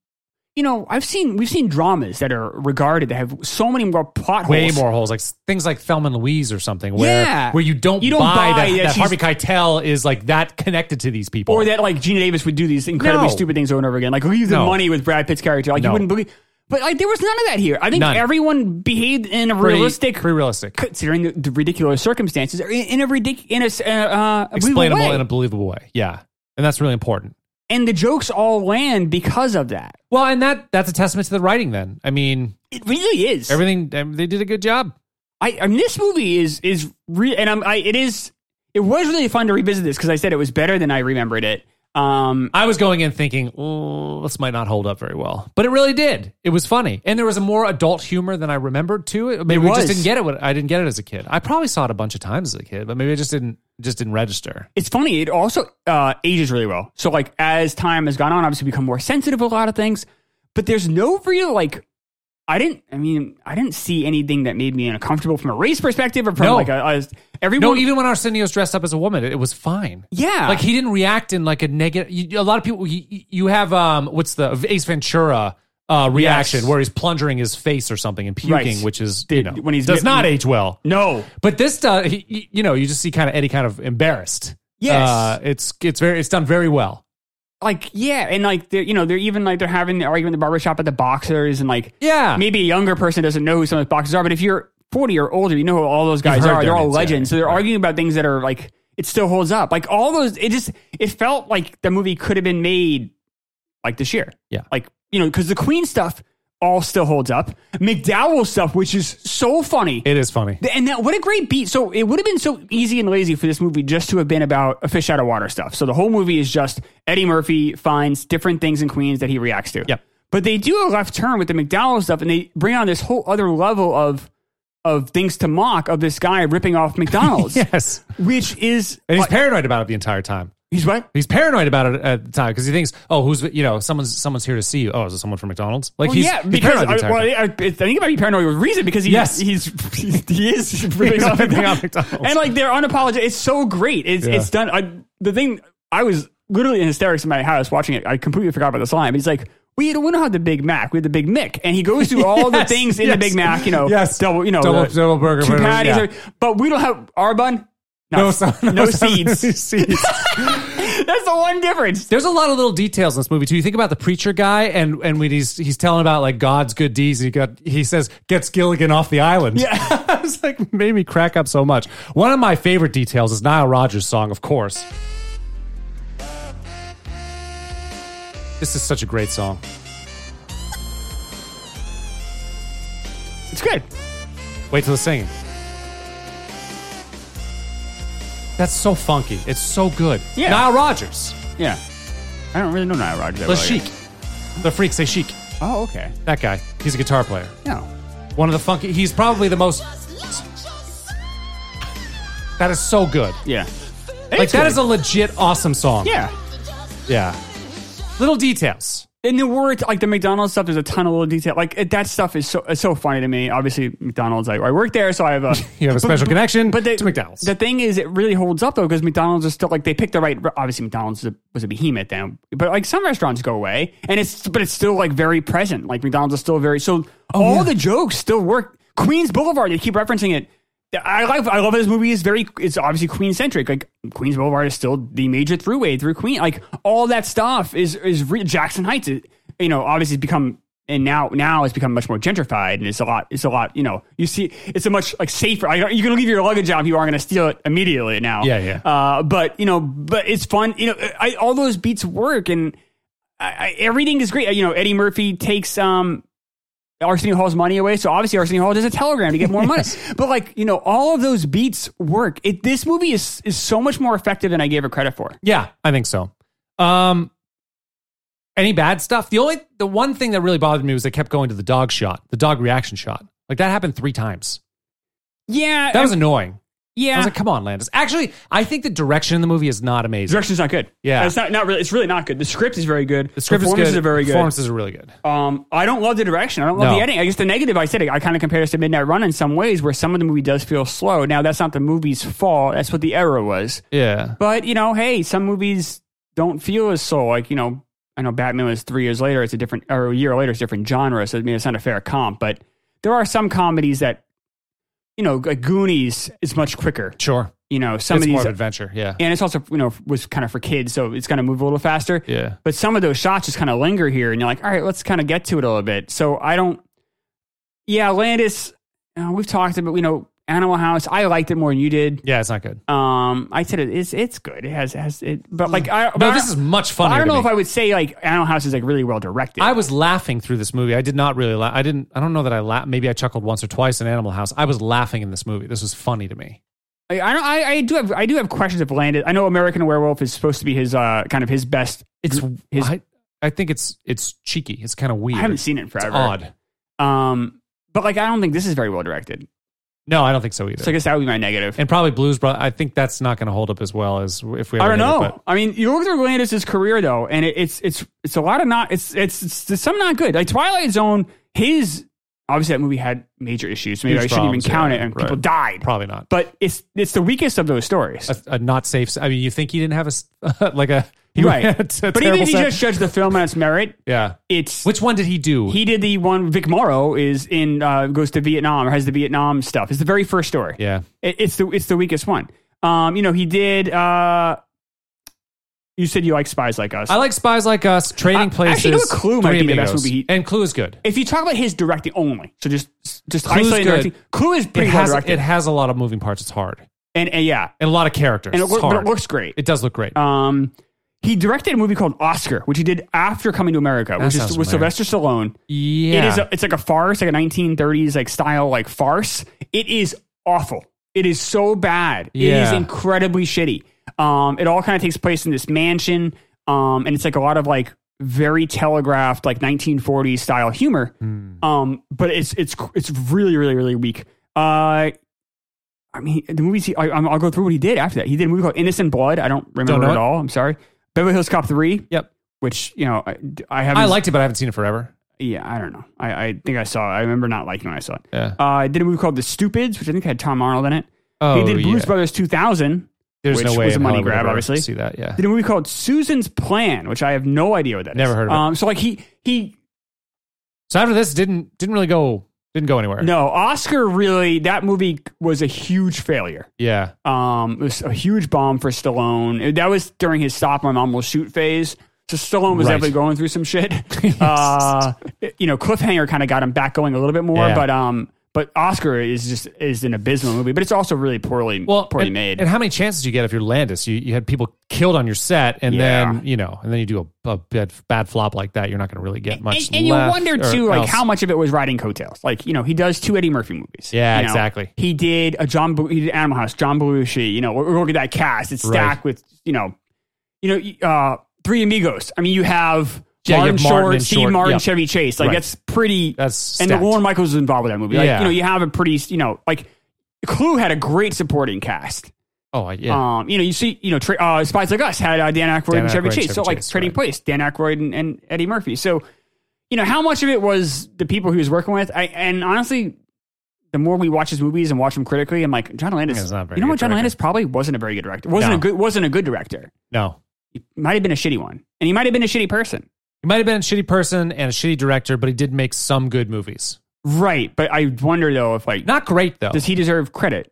B: you know, I've seen we've seen dramas that are regarded that have so many more plot
A: way
B: holes.
A: more holes, like s- things like Thelma and Louise or something, where
B: Yeah.
A: where you don't,
B: You don't
A: buy,
B: buy
A: that,
B: that
A: that
B: she's-
A: Harvey Keitel is like that connected to these people.
B: Or that like Gina Davis would do these incredibly
A: No.
B: stupid things over and over again. Like leave the
A: No.
B: money with Brad Pitt's character. Like
A: No.
B: you wouldn't believe. But like there was none of that here. I think
A: None.
B: everyone behaved in a
A: pretty,
B: realistic,
A: pretty realistic,
B: considering the, the ridiculous circumstances, in, in a ridiculous, in a s- uh, uh, believable
A: explainable
B: way.
A: in a believable way. Yeah, and that's really important.
B: and the jokes all land because of that.
A: Well, and that that's a testament to the writing. Then, I mean,
B: It really is.
A: everything um, they did a good job.
B: I, I mean, this movie is is real, and I'm, I it is. It was really fun to revisit this because I said it was better than I remembered it. Um,
A: I was going in thinking, oh, this might not hold up very well, but it really did. It was funny, and there was a more adult humor than I remembered too. Maybe we
B: was.
A: just didn't get it. When, I didn't get it as a kid. I probably saw it a bunch of times as a kid, but maybe I just didn't just didn't register.
B: it's funny. It also uh, ages really well. So like as time has gone on, obviously become more sensitive to a lot of things. But there's no real like. I didn't. I mean, I didn't see anything that made me uncomfortable from a race perspective or from
A: No.
B: like a, a everyone.
A: No, even when Arsenio's dressed up as a woman, it, it was fine.
B: yeah,
A: Like he didn't react in like a negative. You, a lot of people, you, you have um, what's the Ace Ventura uh, reaction
B: Yes.
A: where he's plungering his face or something and puking,
B: Right.
A: which is
B: Did-
A: you know
B: when he's
A: does
B: getting-
A: not age well.
B: no.
A: But this does. He, he- you know, you just see kind of Eddie kind of embarrassed.
B: Yes.
A: uh, it's it's very it's done very well.
B: like yeah and like they're you know they're even like they're having the argument in the barbershop at the boxers and like
A: Yeah,
B: maybe a younger person doesn't know who some of the boxers are but if you're 40 or older you know who all those guys
A: heard
B: are
A: their
B: they're all
A: names, yeah,
B: legends so they're
A: right.
B: arguing about things that are like it still holds up like all those it just it felt like the movie could have been made like this year
A: Yeah.
B: like you know because the queen stuff all still holds up mcdowell stuff which is so funny
A: it is funny.
B: and that what a great beat. So it would have been so easy and lazy for this movie just to have been about a fish out of water stuff. So the whole movie is just Eddie Murphy finds different things in Queens that he reacts to.
A: Yep.
B: But they do a left turn with the McDowell stuff and they bring on this whole other level of of things to mock of this guy ripping off McDonald's.
A: Yes,
B: Which is
A: and he's
B: uh,
A: paranoid about it the entire time.
B: he's what?
A: He's paranoid about it at the time because he thinks, oh, who's you know someone's someone's here to see you. Oh, is it someone from McDonald's? Like
B: Well,
A: he's,
B: yeah,
A: he's
B: because
A: paranoid the
B: I,
A: entire
B: well,
A: time.
B: I, I think it might be paranoid with reason because he,
A: Yes.
B: he's, he's he is ripping off
A: ripping off
B: McDonald's.
A: McDonald's.
B: and like they're unapologetic. It's so great. It's
A: Yeah.
B: it's done. I, the thing I was literally in hysterics in my house watching it. I completely forgot about this line. But he's like, we don't, we don't have the Big Mac. We have the Big Mick, and he goes through all the
A: Yes,
B: things in the
A: yes.
B: Big Mac. You know,
A: Yes.
B: double you know
A: Double-
B: the
A: double burger,
B: two
A: whatever,
B: patties.
A: yeah.
B: or- But we don't have our bun.
A: No so-
B: no,
A: no
B: seeds.
A: seeds.
B: That's the one difference.
A: There's a lot of little details in this movie too. You think about the preacher guy, and and when he's he's telling about like God's good deeds, he got he says gets Gilligan off the island.
B: Yeah.
A: I was like made me crack up so much. One of my favorite details is Nile Rodgers' song, of course. This is such a great song.
B: It's good.
A: Wait till the singing. That's so funky. It's so good.
B: Yeah.
A: Nile Rodgers,
B: Yeah, I don't really know Nile Rodgers. that
A: the
B: well yet.
A: Sheik, the freak, say Sheik.
B: Oh, okay.
A: That guy. He's a guitar player.
B: No.
A: One of the funky. He's probably the most. That is so good.
B: Yeah.
A: Like that is a legit awesome song.
B: yeah.
A: Yeah. Little details.
B: And the words like the McDonald's stuff, there's a ton of little detail. Like it, that stuff is so it's so funny to me. Obviously, McDonald's. I, I work there, so I have a
A: You have a special connection
B: But the,
A: to McDonald's.
B: The thing is, it really holds up though because McDonald's is still like they picked the right. Obviously, McDonald's is a- was a behemoth then, but like some restaurants go away, and it's but it's still like very present. Like McDonald's is still very so. all
A: yeah.
B: the jokes still work. Queens Boulevard. They keep referencing it. I like. I love this movie. is very. It's obviously Queen centric. Like Queens Boulevard is still the major throughway through Queen. Like all that stuff is is re- Jackson Heights. It, you know, obviously it's become and now now it's become much more gentrified and it's a lot it's a lot you know you see it's a much like safer I, you can leave your luggage out people aren't going to steal it immediately now
A: Yeah, yeah.
B: uh, but you know but it's fun you know I, all those beats work and I, I, everything is great Uh, you know Eddie Murphy takes um Arsenio Hall's money away so obviously Arsenio Hall does a telegram to get more money but like you know all of those beats work it this movie is is so much more effective than I gave it credit for
A: Yeah, I think so. Um, any bad stuff? The only the one thing that really bothered me was they kept going to the dog shot, the dog reaction shot. Like that happened three times.
B: yeah
A: That was annoying. I
B: Uh, yeah
A: was like, come on, Landis. Actually, I think the direction in the movie is not amazing.
B: Direction's not good.
A: Yeah.
B: it's not, not really. It's really not good. The script is very good.
A: The script is
B: Performances
A: good.
B: are very good.
A: Performances are really good.
B: Um, I don't love the direction. I don't love
A: No.
B: the editing. I guess the negative. I said it. I kind of compare this to Midnight Run in some ways, where some of the movie does feel slow. Now that's not the movie's fault. That's what the error was.
A: Yeah.
B: But you know, hey, some movies don't feel as slow. Like you know, I know Batman was three years later. It's a different or a year later. It's a different genre. So I mean, it's not a fair comp. But there are some comedies that, you know, like Goonies is much quicker.
A: Sure.
B: You know, some
A: it's
B: of
A: more
B: these
A: of adventure. Yeah.
B: and it's also you know was kind of for kids, so it's going to move a little faster.
A: Yeah.
B: But some of those shots just kind of linger here, and you're like, all right, let's kind of get to it a little bit. So I don't. Yeah, Landis, uh, we've talked about you know Animal House. I liked it more than you did.
A: Yeah, it's not good.
B: Um, I said it, it's it's good. It has it has it, but like I but
A: No,
B: I
A: this
B: don't-
A: is much
B: but
A: funnier.
B: I don't
A: to me.
B: know if I would say like Animal House is like really well directed.
A: I was laughing through this movie. I did not really laugh. I didn't. I don't know that I laughed. Maybe I chuckled once or twice in Animal House. I was laughing in this movie. This was funny to me.
B: I I, don't, I I do have I do have questions of Landis. I know American Werewolf is supposed to be his uh kind of his best.
A: It's.
B: His-
A: I, I think it's it's cheeky. It's kind of weird.
B: I haven't seen it in forever.
A: It's odd.
B: Um, but like I don't think this is very well directed.
A: No, I don't think so either.
B: So I guess that would be my negative.
A: and probably Blues Brothers. I think that's not going to hold up as well as if we.
B: I
A: ever
B: don't
A: did it,
B: know.
A: but-
B: I mean, you look through Landis' career though, and it, it's it's it's a lot of not. It's it's, it's it's some not good. Like Twilight Zone, his obviously that movie had major issues. Maybe
A: Huge
B: I shouldn't
A: problems,
B: even count
A: yeah,
B: it, and
A: right.
B: people died.
A: probably not.
B: But it's it's the weakest of those stories.
A: A, a not safe. s- I mean, you think he didn't have a s- like a he
B: You're right.
A: a
B: but even
A: terrible
B: if you
A: set?
B: just judge the film on its merit,
A: yeah.
B: it's
A: Which one did he do?
B: he did the one. Vic Morrow is in uh, goes to Vietnam or has the Vietnam stuff. It's the very first story.
A: yeah.
B: It, it's the it's the weakest one. Um, you know, he did. Uh, you said you like Spies Like Us.
A: I like Spies Like Us, Trading
B: I-
A: Places.
B: actually, you know what? Clue might
A: Three
B: be the best
A: Amigos.
B: movie he-
A: and Clue is good.
B: if you talk about his directing only, so just just
A: Clue's
B: isolating
A: good.
B: directing, Clue is
A: It
B: pretty well
A: has,
B: directed,
A: it has a lot of moving parts. It's hard.
B: and, and yeah,
A: And a lot of characters.
B: and it,
A: it's
B: loo- but
A: hard.
B: it looks great.
A: It does look great.
B: um, he directed a movie called Oscar, which he did after coming to America, which
A: sounds
B: is with
A: familiar.
B: Sylvester Stallone.
A: yeah.
B: It is a, it's like a farce, like a 1930s like style like farce. It is awful. It is so bad. It is
A: Yeah.
B: incredibly shitty. Um, it all kind of takes place in this mansion, um, and it's like a lot of like very telegraphed like 1940s style humor.
A: Hmm.
B: Um, but it's it's it's really really really weak. Uh, I mean, the movies. He, I, I'll go through what he did after that. He did a movie called Innocent Blood. I don't remember
A: know
B: it at
A: it.
B: all. I'm sorry. Beverly Hills Cop Three,
A: yep.
B: which you know I, I haven't.
A: I liked it, but I haven't seen it forever.
B: Yeah, I don't know. I, I think I saw. it. I remember not liking when I saw it.
A: Yeah.
B: Uh, I did a movie called The Stupids, which I think had Tom Arnold in it.
A: Oh,
B: he did Blues
A: yeah.
B: Brothers 2000.
A: There's
B: which
A: no way
B: was a
A: in
B: money
A: hell I would
B: grab,
A: ever
B: obviously.
A: See that? Yeah.
B: Did a movie called Susan's Plan, which I have no idea what that is.
A: Never heard of it.
B: Um, so like he he
A: So after this, didn't didn't really go didn't go anywhere.
B: no Oscar really that movie was a huge failure.
A: Yeah.
B: Um, it was a huge bomb for Stallone. That was during his "Stop My Mom Will Shoot" phase. So Stallone was
A: Right.
B: definitely going through some shit. uh, you know, Cliffhanger kind of got him back going a little bit more,
A: Yeah.
B: but um, but Oscar is just is an abysmal movie, but it's also really poorly
A: Well,
B: poorly
A: and,
B: made.
A: And how many chances do you get if you're Landis? You you had people killed on your set, and
B: Yeah.
A: then you know, and then you do a, a bad, bad flop like that. You're not going to really get much.
B: and, and you
A: left
B: wonder
A: or
B: too, like
A: else.
B: how much of it was riding coattails. Like you know, he does two Eddie Murphy movies.
A: Yeah,
B: you know?
A: exactly.
B: He did a John, Bel- he did Animal House, John Belushi. You know, look- look at that cast. It's stacked with you know, you know, uh, Three Amigos. I mean, you have
A: Yeah, you
B: Martin
A: have Martin
B: Short,
A: and
B: Steve
A: Short,
B: Martin,
A: yeah.
B: Chevy Chase. Like
A: Right.
B: that's pretty.
A: That's
B: and the
A: stacked.
B: Lauren Michaels was involved with that movie. Like
A: Yeah.
B: you know, you have a pretty you know like Clue had a great supporting cast.
A: Oh I- yeah.
B: Um, you know, you see, you know, tra- uh, Spies Like Us had uh, Dan Aykroyd
A: Dan
B: and Chevy
A: Aykroyd,
B: Chase.
A: Chevy
B: so, like,
A: Chase,
B: Trading
A: right.
B: Place, Dan Aykroyd and, and Eddie Murphy. So, you know, how much of it was the people he was working with? I and honestly, the more we watch his movies and watch them critically, I'm like, John Landis.
A: He's not a very
B: you know
A: good
B: what? John
A: director.
B: Landis probably wasn't a very good director. wasn't
A: No.
B: a good wasn't a good director.
A: no,
B: He might have been a shitty one, and he might have been a shitty person.
A: he might have been a shitty person and a shitty director, but he did make some good movies.
B: Right, but I wonder though if like
A: Not great though.
B: does he deserve credit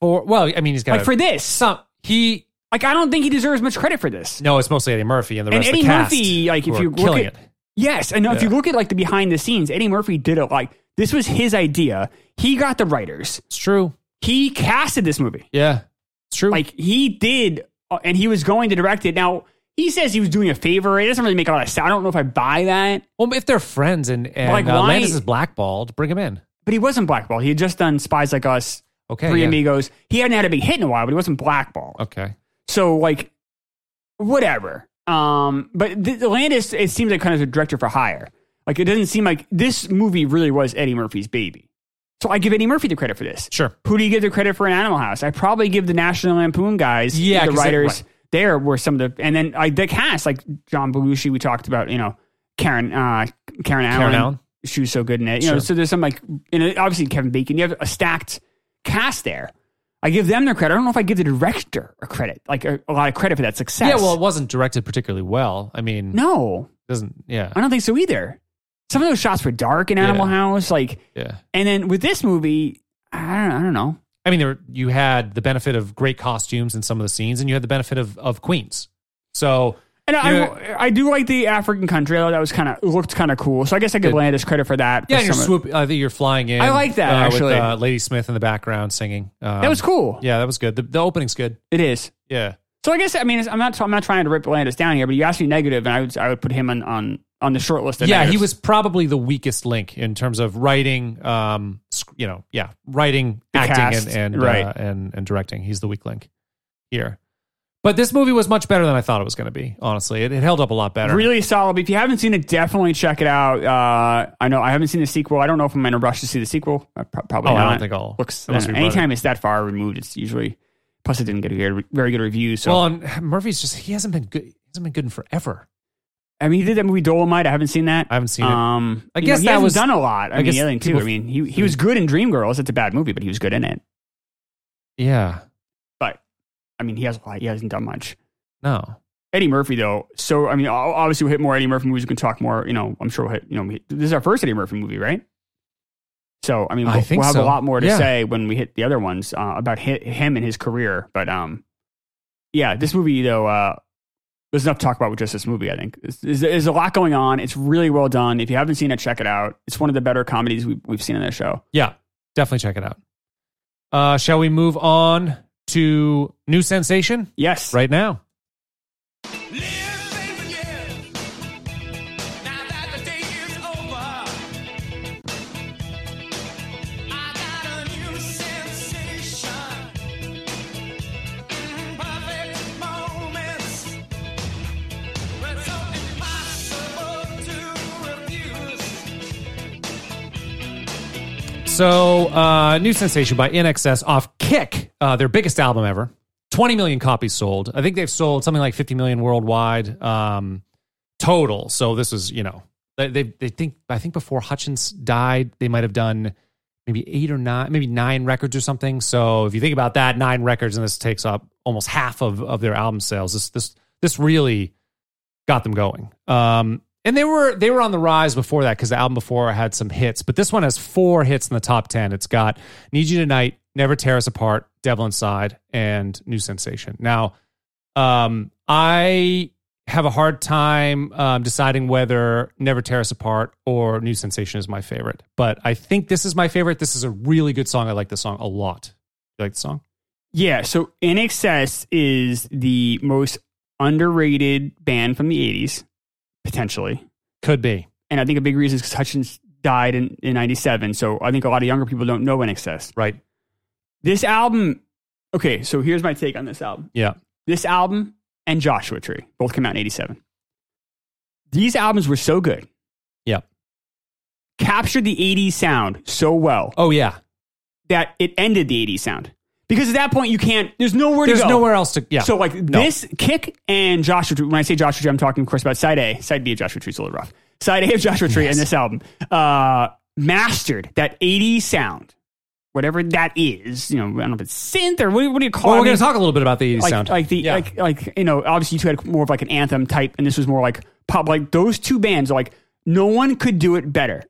A: for well, I mean, he's got
B: like for this?
A: some. He
B: Like, I don't think he deserves much credit for this.
A: no, it's mostly Eddie Murphy and the
B: And
A: rest
B: Eddie
A: of the cast.
B: Murphy, like,
A: who
B: if
A: are
B: you look
A: killing
B: at-
A: it,
B: Yes, and if you look at like the behind the scenes, Eddie Murphy did it. Like this was his idea. He got the writers.
A: It's true.
B: He casted this movie.
A: Yeah. It's true.
B: Like he did, uh, and he was going to direct it. Now he says he was doing a favor. It doesn't really make a lot of sense. I don't know if I buy that.
A: well, if they're friends and, and
B: Like,
A: uh,
B: why-
A: Landis is blackballed, bring him in.
B: But he wasn't blackballed. He had just done Spies Like Us,
A: Okay.
B: Three
A: yeah.
B: Amigos. He hadn't had a big hit in a while, but he wasn't blackballed.
A: Okay.
B: So like, whatever. Um, but the, the Landis, it seems like kind of a director for hire. Like it doesn't seem like this movie really was Eddie Murphy's baby. So I give Eddie Murphy the credit for this.
A: Sure.
B: Who do you give the credit for an Animal House? I probably give the National Lampoon guys.
A: Yeah,
B: the
A: 'cause they-
B: writers
A: right.
B: there were some of the, and then I the cast like John Belushi. We talked about you know Karen uh, Karen Allen.
A: Allen.
B: She was so good in it. You know,
A: Sure.
B: so there's some like you know obviously Kevin Bacon. You have a stacked cast there. I give them their credit. I don't know if I give the director a credit, like a, a lot of credit for that success.
A: Yeah, well, it wasn't directed particularly well. I mean,
B: no,
A: doesn't. Yeah.
B: I don't think so either. Some of those shots were dark in Animal
A: Yeah.
B: House, like,
A: Yeah.
B: and then with this movie, I don't, I don't know.
A: I mean, there were, you had the benefit of great costumes in some of the scenes, and you had the benefit of, of Queens. So
B: And I,
A: Yeah.
B: I, do like the African country. though. That was kind of looked kind of cool. So I guess I give
A: Good.
B: Landis credit for that.
A: yeah,
B: for
A: and you're
B: some of-
A: swoop. I think you're flying in.
B: I like that,
A: uh,
B: actually.
A: With, uh, Lady Smith in the background singing. Um,
B: that was cool.
A: Yeah, that was good. The, the opening's good.
B: It is.
A: Yeah.
B: So I guess I mean it's, I'm not I'm not trying to rip Landis down here, but you asked me negative, and I would I would put him on on, on the short list. Of
A: yeah, he
B: negatives.
A: was probably the weakest link in terms of writing. Um, sc- you know, yeah, writing, acting,
B: cast,
A: and and,
B: right.
A: uh, and and directing. He's the weak link here. But this movie was much better than I thought it was going to be. Honestly, it, it held up a lot better.
B: really solid. But if you haven't seen it, definitely check it out. Uh, I know I haven't seen the sequel. I don't know if I'm in a rush to see the sequel. I pro- probably.
A: Oh, I
B: not.
A: don't think I'll-
B: Looks
A: unless we run it.
B: anytime it's that far removed, it's usually. Plus, it didn't get a good- very good review. So
A: Well, and Murphy's just he hasn't been good. He hasn't been good in forever.
B: I mean, he did that movie Dolomite. I haven't seen that.
A: I haven't seen it.
B: um,
A: I
B: you
A: guess
B: know, he
A: that
B: hasn't
A: was-
B: done a lot. I, mean,
A: guess
B: the Alien too.
A: people- Hmm.
B: I mean, he he was good in Dreamgirls. It's a bad movie, but he was good in it.
A: Yeah.
B: But I mean, he has a lot. He hasn't done much.
A: No.
B: Eddie Murphy, though. So I mean, o- obviously, we'll hit more Eddie Murphy movies. We can talk more. You know, I'm sure we'll hit. You know, we- this is our first Eddie Murphy movie, right? So I mean,
A: I
B: we'll,
A: think
B: we'll have
A: so.
B: a lot more to
A: Yeah.
B: say when we hit the other ones uh, about hi- him and his career. But um, yeah, this movie though. Uh, there's enough to talk about with just this movie, I think. There's, there's- there's a lot going on. It's really well done. If you haven't seen it, check it out. It's one of the better comedies we've, we've seen on this show.
A: Yeah. Definitely check it out. Uh, shall we move on to new sensation
B: Yes.
A: right now?
C: Live and forgive. Now that the day is over, I got a new sensation. Perfect moments. But so impossible to refuse.
A: So, uh, new sensation by NXS off Kick, uh, their biggest album ever. 20 million copies sold. I think they've sold something like 50 million worldwide um, total. So this is, you know, they, they they think I think before Hutchins died, they might have done maybe eight or nine, maybe nine records or something. So if you think about that, nine records, and this takes up almost half of of their album sales. This this this really got them going. Um, and they were they were on the rise before that because the album before had some hits, but this one has four hits in the top ten. It's got "Need You Tonight," "Never Tear Us Apart," "Devil Inside," and "New Sensation." Now, um, I have a hard time um, deciding whether "Never Tear Us Apart" or "New Sensation" is my favorite, but I think this is my favorite. This is a really good song. I like this song a lot. You like the song?
B: Yeah, so In Excess is the most underrated band from the 80s, potentially.
A: Could be.
B: And I think a big reason is because Hutchins died in, in 97. So I think a lot of younger people don't know In Excess.
A: Right.
B: This album, okay, so here's my take on this album.
A: Yeah.
B: This album and Joshua Tree both came out in 87. These albums were so good,
A: Yeah.
B: captured the 80s sound so well
A: Oh yeah.
B: that it ended the 80s sound. Because at that point, you can't, there's nowhere
A: There's
B: to go.
A: nowhere else to. Yeah.
B: So like this kick and Joshua Tree. When I say Joshua Tree, I'm talking, of course, about side A. Side B of Joshua Tree's a little rough. Side A of Joshua Tree and this album uh, mastered that 80s sound, whatever that is. You know, I don't know if it's synth or what, what do you call
A: Well,
B: it?
A: we're
B: I
A: going
B: mean,
A: to talk a little bit about the 80s
B: like,
A: sound.
B: like the
A: Yeah.
B: like like you know, obviously you two had more of like an anthem type, and this was more like pop. Like those two bands, are like no one could do it better.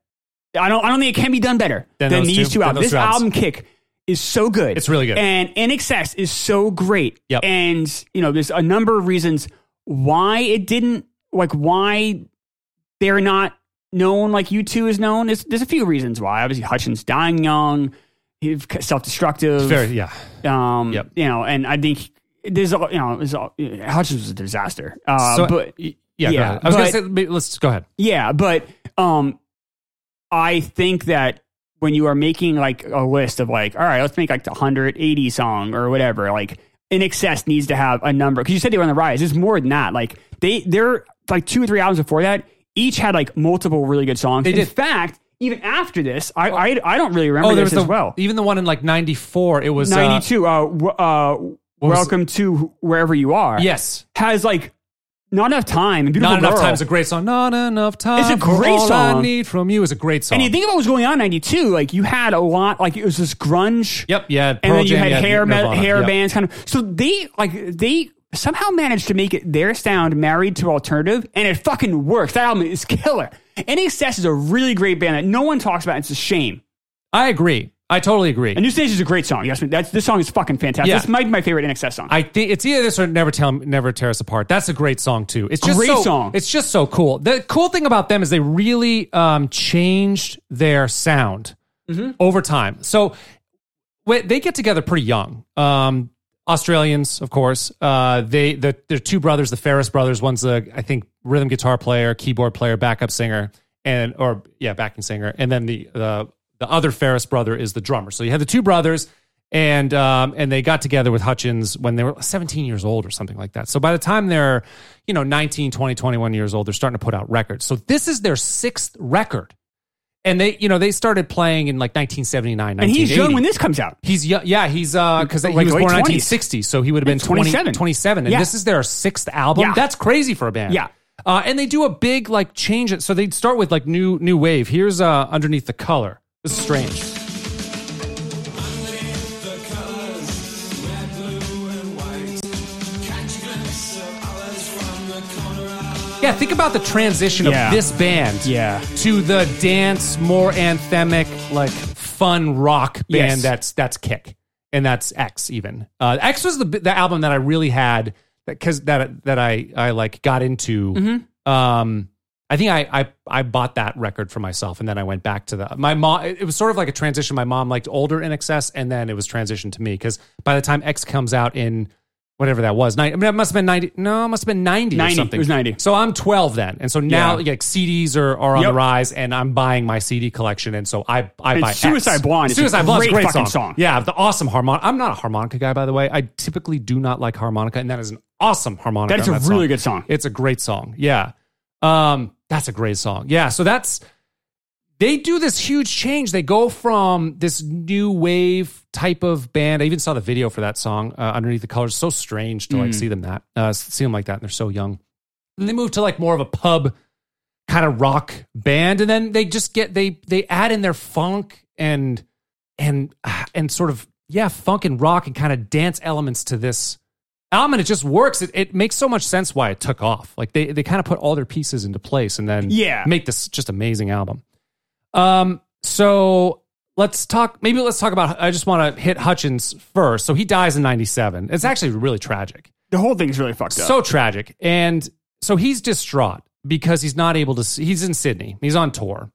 B: I don't I don't think it can be done better
A: Than
B: than,
A: those
B: these
A: two-
B: two,
A: than
B: albums.
A: those two
B: This
A: albums.
B: album kick is so good.
A: It's really good.
B: And In Excess is so great.
A: Yep.
B: And you know, there's a number of reasons why it didn't like why they're not known like U2 is known. There's, there's a few reasons why. Obviously, Hutchins dying young, he's self-destructive.
A: Very, yeah.
B: Um,
A: Yep.
B: You know, and I think there's, a- you know, there's, a- Hutchins was a disaster. Uh,
A: So-
B: but
A: y- Um, yeah, go
B: yeah,
A: ahead. I was
B: but-
A: gonna say, maybe- let's go ahead.
B: yeah, but um, I think that when you are making like a list of like, all right, let's make like the 180 song or whatever, like in excess needs to have a number because you said they were on the rise. It's more than that. Like they, they're like two or three albums before that, each had like multiple really good songs.
A: They
B: in
A: did. oh,
B: fact, even after this, I I, I don't really remember
A: there
B: this
A: the,
B: as well.
A: Even the one in like '94, it was uh,
B: 92. Uh, w- uh,
A: was-
B: welcome to wherever you are.
A: yes,
B: has like not enough time. And beautiful
A: not enough
B: Girl.
A: time's a great song. Not enough time.
B: It's a
A: for
B: great
A: all I
B: song.
A: need from you is a great song.
B: And you think about what was going on in '92, like you had a lot, like it was this grunge,
A: Yep, yeah.
B: and
A: Pearl
B: then you
A: Jam,
B: had
A: yeah,
B: hair metal,
A: Nirvana,
B: hair
A: yeah.
B: bands, kind of. So they like they somehow managed to make it their sound married to alternative, and it fucking works. That album is killer. NXS is a really great band that no one talks about. It's a shame.
A: I agree. I totally agree.
B: And New Stage is a great song. Yes, that's this song is fucking fantastic.
A: Yeah.
B: This might be my favorite NXS song.
A: I think it's either this or never tell never tear us apart. That's a great song too. It's just
B: Great
A: so,
B: song.
A: It's just so cool. The cool thing about them is they really um, changed their sound over time. So when they get together pretty young. Um, Australians, of course. Uh, they the they're two brothers, the Ferris brothers. One's a I think rhythm guitar player, keyboard player, backup singer, and or yeah, backing singer. And then the the the other Ferris brother is the drummer. So you had the two brothers, and um, and they got together with Hutchins when they were 17 years old or something like that. So by the time they're you know 19, 20, 21 years old, they're starting to put out records. So this is their sixth record. And they, you know, they started playing in like 1979,
B: and he's
A: 1980.
B: young when this comes out.
A: He's young, yeah, he's uh because he
B: Like
A: was
B: late
A: born
B: 20s.
A: 1960, so he would have been 20,
B: 27.
A: 27. and
B: Yeah.
A: this is their sixth album.
B: Yeah.
A: That's crazy for a band.
B: Yeah.
A: uh, and they do a big like change. It so they'd start with like new new wave. Here's uh underneath the color. This is strange. Yeah, think about the transition
B: Yeah.
A: of this band
B: Yeah.
A: to the dance, more anthemic, like fun rock band
B: Yes.
A: that's that's Kick and that's X even. Uh, X was the the album that I really had because that that I I like got into.
B: Mm-hmm.
A: Um, I think I, I I bought that record for myself, and then I went back to the my mom. It it was sort of like a transition. My mom liked older in excess, and then it was transitioned to me because by the time X comes out in whatever that was, 90, I mean, it must have been ninety. No, it must have been ninety.
B: 90,
A: or
B: it
A: something.
B: was 90.
A: So I'm 12 then, and so now
B: Yeah.
A: like CDs are, are on
B: Yep.
A: the rise, and I'm buying my CD collection, and so I I
B: And
A: buy
B: Suicide
A: X.
B: Blonde is a
A: Suicide Blonde,
B: great
A: great
B: fucking
A: song.
B: song.
A: Yeah, the awesome harmonica. I'm not a harmonica guy, by the way. I typically do not like harmonica, and that is an awesome harmonica.
B: That is a
A: on that
B: really
A: song.
B: good song.
A: It's a great song. Yeah. Um, that's a great song. Yeah. So that's they do this huge change. They go from this new wave type of band. I even saw the video for that song uh, underneath the colors. So strange to like see them that uh, see them like that, and they're so young. And they move to like more of a pub kind of rock band, and then they just get they they add in their funk and and uh, and sort of yeah funk and rock and kind of dance elements to this album and it just works it, it makes so much sense why it took off like they, they kind of put all their pieces into place and then
B: Yeah.
A: make this just amazing album um so let's talk maybe let's talk about i just want to hit hutchins first so he dies in 97 it's actually really tragic
B: The whole thing's really fucked up.
A: so tragic. And so he's distraught because he's not able to see, he's in Sydney, he's on tour,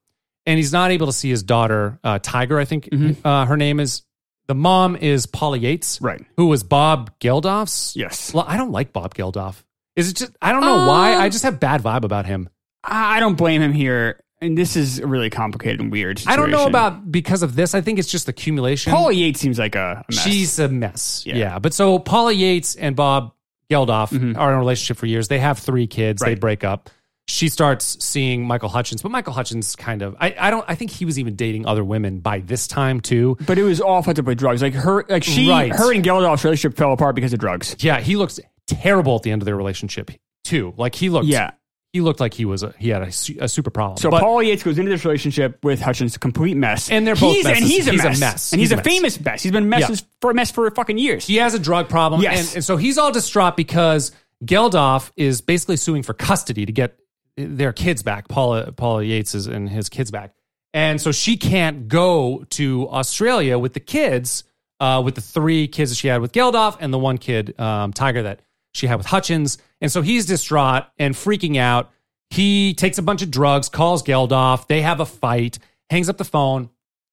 A: and he's not able to see his daughter, uh, Tiger, I think uh, her name is. The mom is Polly Yates,
B: Mm-hmm. Right.
A: Who was Bob Geldof's?
B: Yes. Um,
A: Well, I don't like Bob Geldof. Is it just, I don't know why. I just have bad vibe about him.
B: I don't blame him here. And this is a really complicated and weird.
A: I don't know
B: situation.
A: about because of this. I think it's just accumulation.
B: Paula Yates seems like a, a mess.
A: She's a mess.
B: Yeah.
A: Yeah. But so Paula Yates and Bob Geldof
B: Mhm.
A: are in a relationship for years. They have three kids. They
B: Right.
A: break up. She starts seeing Michael Hutchins, but Michael Hutchins kind of I, I don't I think he was even dating other women by this time too.
B: but it was all fucked up with drugs. Like her, like she,
A: Right.
B: her and Geldof's relationship fell apart because of drugs.
A: Yeah, he looks terrible at the end of their relationship too. Like he looked
B: Yeah.
A: he looked like he was a, he had a, su- a super problem.
B: So
A: But-
B: Paula Yates goes into this relationship with Hutchins, a complete mess.
A: And they're both
B: he's, and
A: messes.
B: he's a
A: He's a
B: mess,
A: mess.
B: and he's,
A: He's
B: a,
A: a mess.
B: famous mess. He's been messes
A: Yeah.
B: for a mess for fucking years.
A: he has a drug problem.
B: Yes.
A: And, and so he's all distraught because Geldof is basically suing for custody to get their kids back. Paula, Paula Yates is and his kids back. And so she can't go to Australia with the kids, uh, with the three kids that she had with Geldof and the one kid, um, Tiger, that she had with Hutchins. And so he's distraught and freaking out. He takes a bunch of drugs, calls Geldof. They have a fight, hangs up the phone,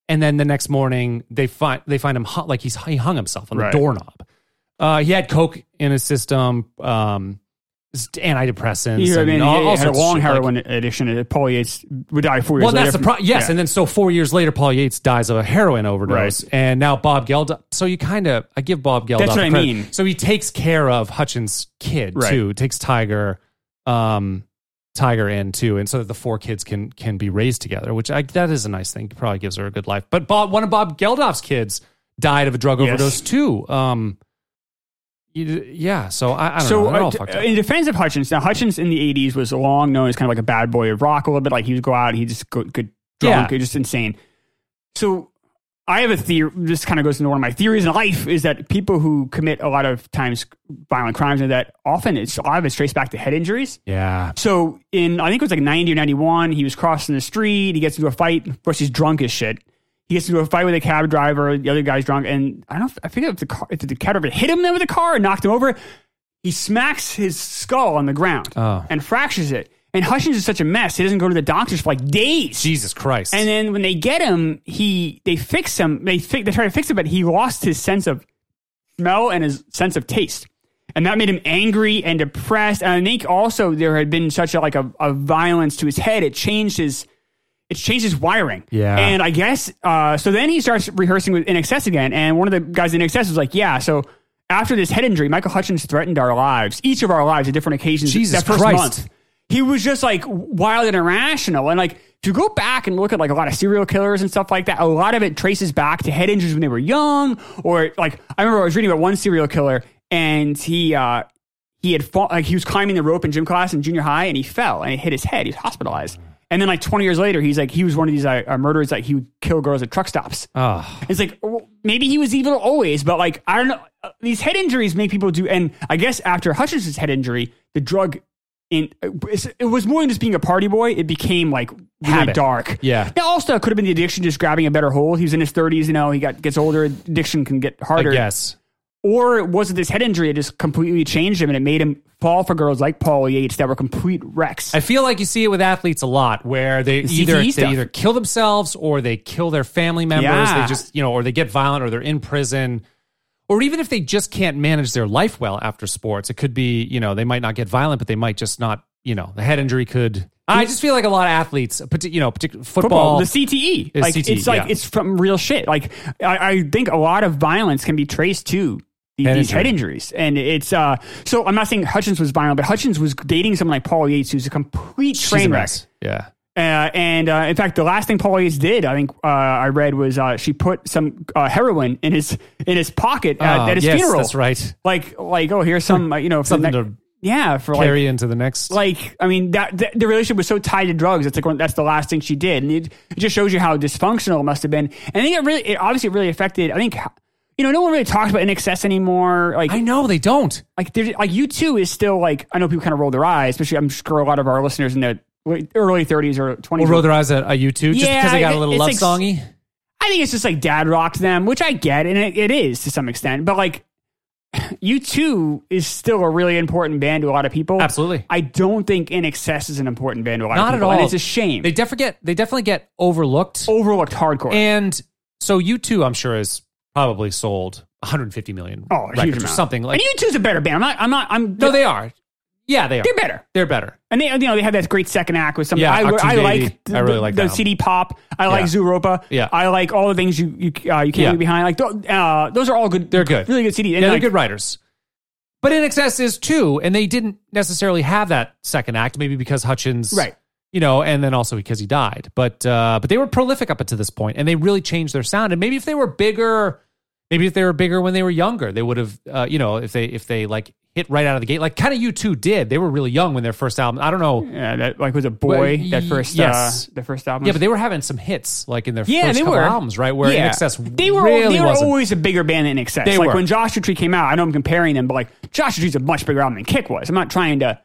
A: and then the next morning they find they find him hung, like he's he hung himself on
B: Right.
A: the doorknob. Uh, he had coke in his system, um, s- antidepressants,
B: You know, I
A: and
B: mean,
A: all, all
B: he had a
A: sorts of
B: long
A: shit, like-
B: heroin addiction. It probably it's, would die four years
A: well,
B: later.
A: that's the
B: from-
A: pro- yes,
B: yeah.
A: and then so four years later, Paul Yates dies of a heroin overdose,
B: Right.
A: and now Bob Geldof. So you kind of I give Bob Geldof.
B: That's what
A: the
B: I
A: credit.
B: mean.
A: So he takes care of Hutchins' kid
B: Right.
A: too. Takes Tiger, um, Tiger in too, and so that the four kids can can be raised together, which I, that is a nice thing. Probably gives her a good life. But Bob, one of Bob Geldof's kids died of a drug
B: Yes.
A: overdose too. Um, you- yeah. So I, I don't
B: so
A: know. They're all
B: uh,
A: fucked
B: d-
A: up.
B: in defense of Hutchins, now Hutchins in the '80s was long known as kind of like a bad boy of rock a little bit. Like he would go out, and he just go, get
A: Yeah.
B: drunk, and just insane. So I have a theory. This kind of goes into one of my theories in life is that people who commit a lot of times violent crimes and that often it's a lot of it's traced back to head injuries.
A: yeah.
B: So in I think it was like ninety or ninety one, he was crossing the street. He gets into a fight. Of course, he's drunk as shit. He gets into a fight with a cab driver. The other guy's drunk, and I don't. know if- I forget if the car, if the cab driver hit him with a car and knocked him over. He smacks his skull on the ground
A: Oh.
B: and fractures it. And Hutchins is such a mess. He doesn't go to the doctors for like days.
A: Jesus Christ.
B: And then when they get him, he they fix him. They fi- they try to fix him, but he lost his sense of smell and his sense of taste, and that made him angry and depressed. And I think also there had been such a like a, a violence to his head. It changed his it's changed his wiring.
A: Yeah.
B: And I guess uh, so. Then he starts rehearsing with In Excess again, and one of the guys in Excess was like, "Yeah, so." After this head injury, Michael Hutchins threatened our lives, each of our lives, at different occasions.
A: Jesus
B: that first
A: Christ.
B: month, he was just like wild and irrational. And like, if you go back and look at like a lot of serial killers and stuff like that, a lot of it traces back to head injuries when they were young. Or like, I remember I was reading about one serial killer and he, uh, he had fall, like he was climbing the rope in gym class in junior high and he fell and it hit his head. He was hospitalized. And then like 20 years later, he's like, he was one of these uh, uh, murderers that he would kill girls at truck stops.
A: oh,
B: It's like well, maybe he was evil always, but like I don't know. Uh, These head injuries make people do, and I guess after Hutchinson's head injury, the drug in uh, it's- it was more than just being a party boy. It became like really
A: Habit.
B: dark.
A: Yeah.
B: Now also it could have been the addiction, just grabbing a better hold. He was in his thirties, you know. He got gets older, addiction can get
A: I
B: harder.
A: guess.
B: Or was it this head injury that just completely changed him and it made him fall for girls like Paul Yates that were complete wrecks?
A: I feel like you see it with athletes a lot, where they
B: The
A: either
B: CTE
A: they
B: stuff.
A: either kill themselves or they kill their family members.
B: Yeah.
A: They just you know, or they get violent, or they're in prison, or even if they just can't manage their life well after sports, it could be you know they might not get violent, but they might just not you know the head injury could. I just feel like a lot of athletes, partic- you know, partic- football.
B: the CTE.
A: Is
B: like
A: CTE,
B: it's like
A: E, yeah.
B: it's from real shit. Like I, I think a lot of violence can be traced to the-
A: Head
B: these
A: injury.
B: head injuries, and it's uh. So I'm not saying Hutchins was violent, but Hutchins was dating someone like Paul Yates, who's a complete
A: she's
B: train
A: a
B: wreck.
A: mess. Yeah,
B: Uh, and uh, in fact, the last thing Paul Yates did, I think uh, I read, was uh, she put some uh, heroin in his in his pocket at,
A: Ah,
B: at his
A: yes,
B: Uh, funeral.
A: That's right.
B: Like like oh here's some uh, you know for
A: Something
B: ne-
A: to
B: yeah for like
A: Carry into the next.
B: like I mean that, that the relationship was so tied to drugs. It's like one, that's the last thing she did, and it, it just shows you how dysfunctional it must have been. And I think it really, it obviously really affected. I think you know no one really talks about in excess anymore. Like
A: I know they don't.
B: like there, like you two is still like I know people kind of roll their eyes, especially I'm sure a lot of our listeners in their late- early 30s or 20s.
A: We'll roll their eyes at uh, you too, just
B: Yeah,
A: because they got a little
B: it's
A: love
B: like-
A: songy.
B: I think it's just like dad rock to them, which I get, and it, it is to some extent. But like you two is still a really important band to a lot of people.
A: Absolutely.
B: I don't think In Excess is an important band to a lot
A: Not
B: of
A: at
B: people.
A: all.
B: And it's a shame.
A: They definitely get they definitely get overlooked.
B: overlooked hardcore.
A: And so you too, I'm sure, is probably sold 150 million
B: oh, a
A: records
B: huge
A: or
B: amount.
A: something like.
B: and you two's a better band. I'm not. I'm not. I'm.
A: no, they are. Yeah, they are.
B: they're better.
A: They're better.
B: And they, you know, they had that great second act with some.
A: Yeah,
B: I, I
A: Octave
B: like.
A: 80. I really like
B: the,
A: that
B: the CD pop. I like
A: Yeah.
B: Zoo Europa.
A: Yeah.
B: I like all the things you you uh, you can't
A: Yeah.
B: leave behind. Like th- uh, those are all good.
A: They're good.
B: Really good CD.
A: Yeah,
B: And
A: they're
B: like,
A: good writers. But In Excess is too, and they didn't necessarily have that second act, maybe because Hutchins,
B: Right.
A: You know, and then also because he died. But uh, but they were prolific up until this point, and they really changed their sound. And maybe if they were bigger, maybe if they were bigger when they were younger, they would have. Uh, you know, if they if they like hit right out of the gate, like kind of you two did. They were really young when their first album. I don't know.
B: Yeah, uh, that like was a boy.
A: Well,
B: that first.
A: yes.
B: Uh, the first album.
A: Yeah, but they were having some hits like in their
B: Yeah,
A: first
B: they
A: couple
B: were.
A: albums, right? Where
B: Yeah.
A: In Excess
B: they were
A: really
B: they were
A: wasn't.
B: always a bigger band than In Excess.
A: They
B: like
A: were.
B: when Joshua Tree came out, I know I'm comparing them, but like Joshua Tree's a much bigger album than Kick was. I'm not trying to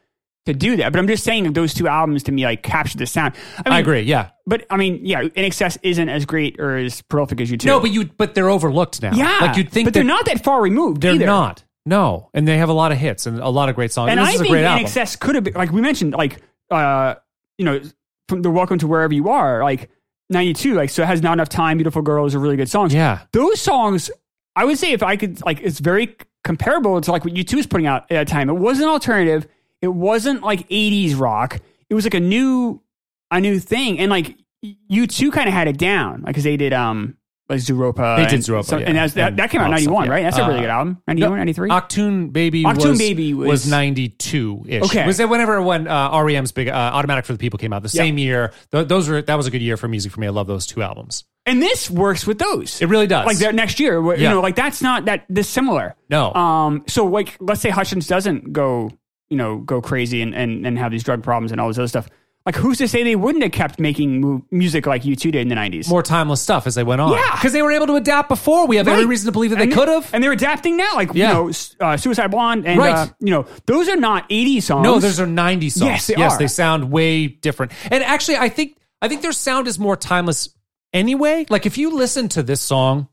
B: to do that, but I'm just saying that those two albums to me like captured the sound. I, mean,
A: I agree. Yeah,
B: but I mean, yeah, In Excess isn't as great or as prolific as you two.
A: no, but you but they're overlooked now.
B: yeah,
A: like you'd think
B: but they're
A: that
B: not that far removed.
A: They're
B: either.
A: not. No, and they have a lot of hits and a lot of great songs.
B: And
A: this
B: I
A: is a
B: think
A: great
B: In
A: album.
B: Excess could have been like we mentioned, like uh you know, from the Welcome to Wherever You Are, like 92, like, so it has Not Enough Time, Beautiful Girl is a really good song.
A: Yeah.
B: Those songs, I would say if I could, like, it's very comparable to like what U2 was putting out at that time. It wasn't alternative. It wasn't like 80s rock. It was like a new, a new thing. And like U2 kind of had it down, like, cause they did, um, like Zuropa.
A: They did
B: and
A: Zooropa,
B: some-
A: yeah.
B: And that, was, that,
A: And
B: that came out in
A: pop stuff,
B: 91,
A: yeah.
B: right? That's a really
A: Uh,
B: good album. 91, 93?
A: Octoon Baby
B: Octoon
A: was,
B: Baby was-
A: 92 ish.
B: Okay.
A: Was that whenever when uh, REM's big uh, Automatic for the People came out the
B: Yeah.
A: same year? Th- those were that was a good year for music for me. I love those two albums.
B: and this works with those.
A: It really does.
B: like that next year. wh- You
A: Yeah.
B: know, like that's not that dissimilar.
A: No.
B: Um. So like, let's say Hutchins doesn't go, you know, go crazy and and, and have these drug problems and all this other stuff. Like, who's to say they wouldn't have kept making mu- music like you two did in the nineties?
A: More timeless stuff as they went on.
B: Yeah.
A: Because they were able to adapt before. We have every
B: Right.
A: reason to believe that they
B: And-
A: could have.
B: and they're adapting now. Like,
A: Yeah.
B: you know, s- uh, Suicide Blonde and
A: Right.
B: uh, you know, those are not eighty songs.
A: No, those are 90 songs.
B: Yes, they are.
A: they sound way different. And actually, I think I think their sound is more timeless anyway. Like if you listen to this song,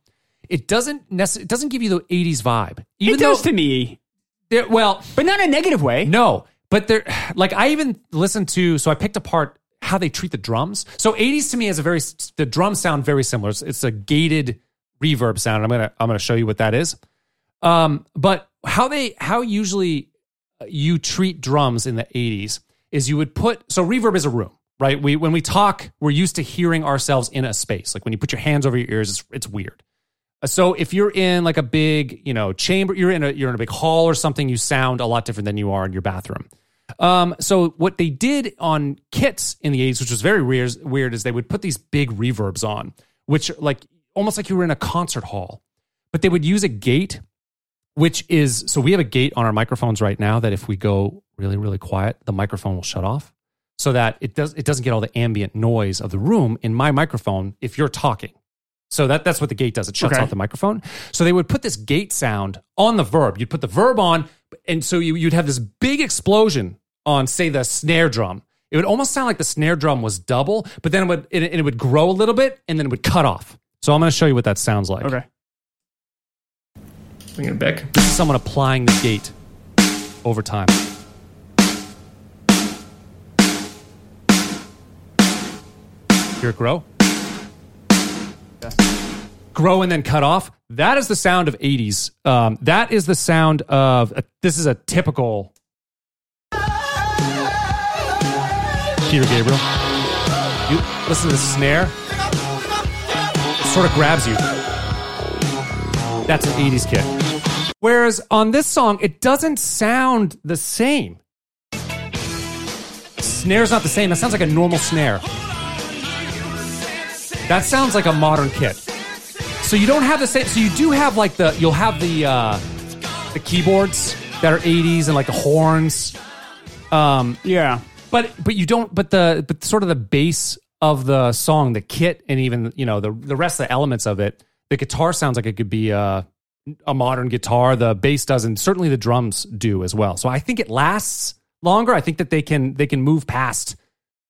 A: it doesn't necess- it doesn't give you the 80s vibe. Even
B: It does
A: though
B: to me,
A: they're- well,
B: but not in a negative way.
A: No, but they're like I even listened to. So I picked apart how they treat the drums. So 80s to me is a very the drums sound very similar. It's, it's a gated reverb sound. I'm gonna I'm gonna show you what that is. Um, but how they how usually uh, you treat drums in the 80s is you would put so reverb is a room right we when we talk we're used to hearing ourselves in a space like when you put your hands over your ears it's, it's weird Uh, so if you're in like a big you know chamber you're in a you're in a big hall or something you sound a lot different than you are in your bathroom um, so what they did on kits in the 80s which was very weird, weird is they would put these big reverbs on which like almost like you were in a concert hall but they would use a gate which is so we have a gate on our microphones right now that if we go really really quiet the microphone will shut off so that it does it doesn't get all the ambient noise of the room in my microphone if you're talking so that that's what the gate does it shuts
B: Okay.
A: off the microphone so they would put this gate sound on the verb you'd put the verb on and so you, you'd have this big explosion on say the snare drum it would almost sound like the snare drum was double but then it would and it, and it would grow a little bit and then it would cut off so i'm going to show you what that sounds like
B: Okay.
D: Bring it back.
A: someone applying the gate over time. Hear it grow? Grow and then cut off. That is the sound of 80s. Um, that is the sound of, uh, this is a typical. Peter Gabriel. You listen to the snare. It sort of grabs you. That's an 80s kid. Whereas on this song, it doesn't sound the same. Snare's not the same. That sounds like a normal snare. That sounds like a modern kit. So you don't have the same. So you do have like the you'll have the uh, the keyboards that are 80s and like the horns,
B: Yeah.
A: but but you don't. But the but sort of the base of the song, the kit, and even you know the the rest of the elements of it. The guitar sounds like it could be a a modern guitar. The bass does, and certainly the drums do as well. So I think it lasts longer. I think that they can they can move past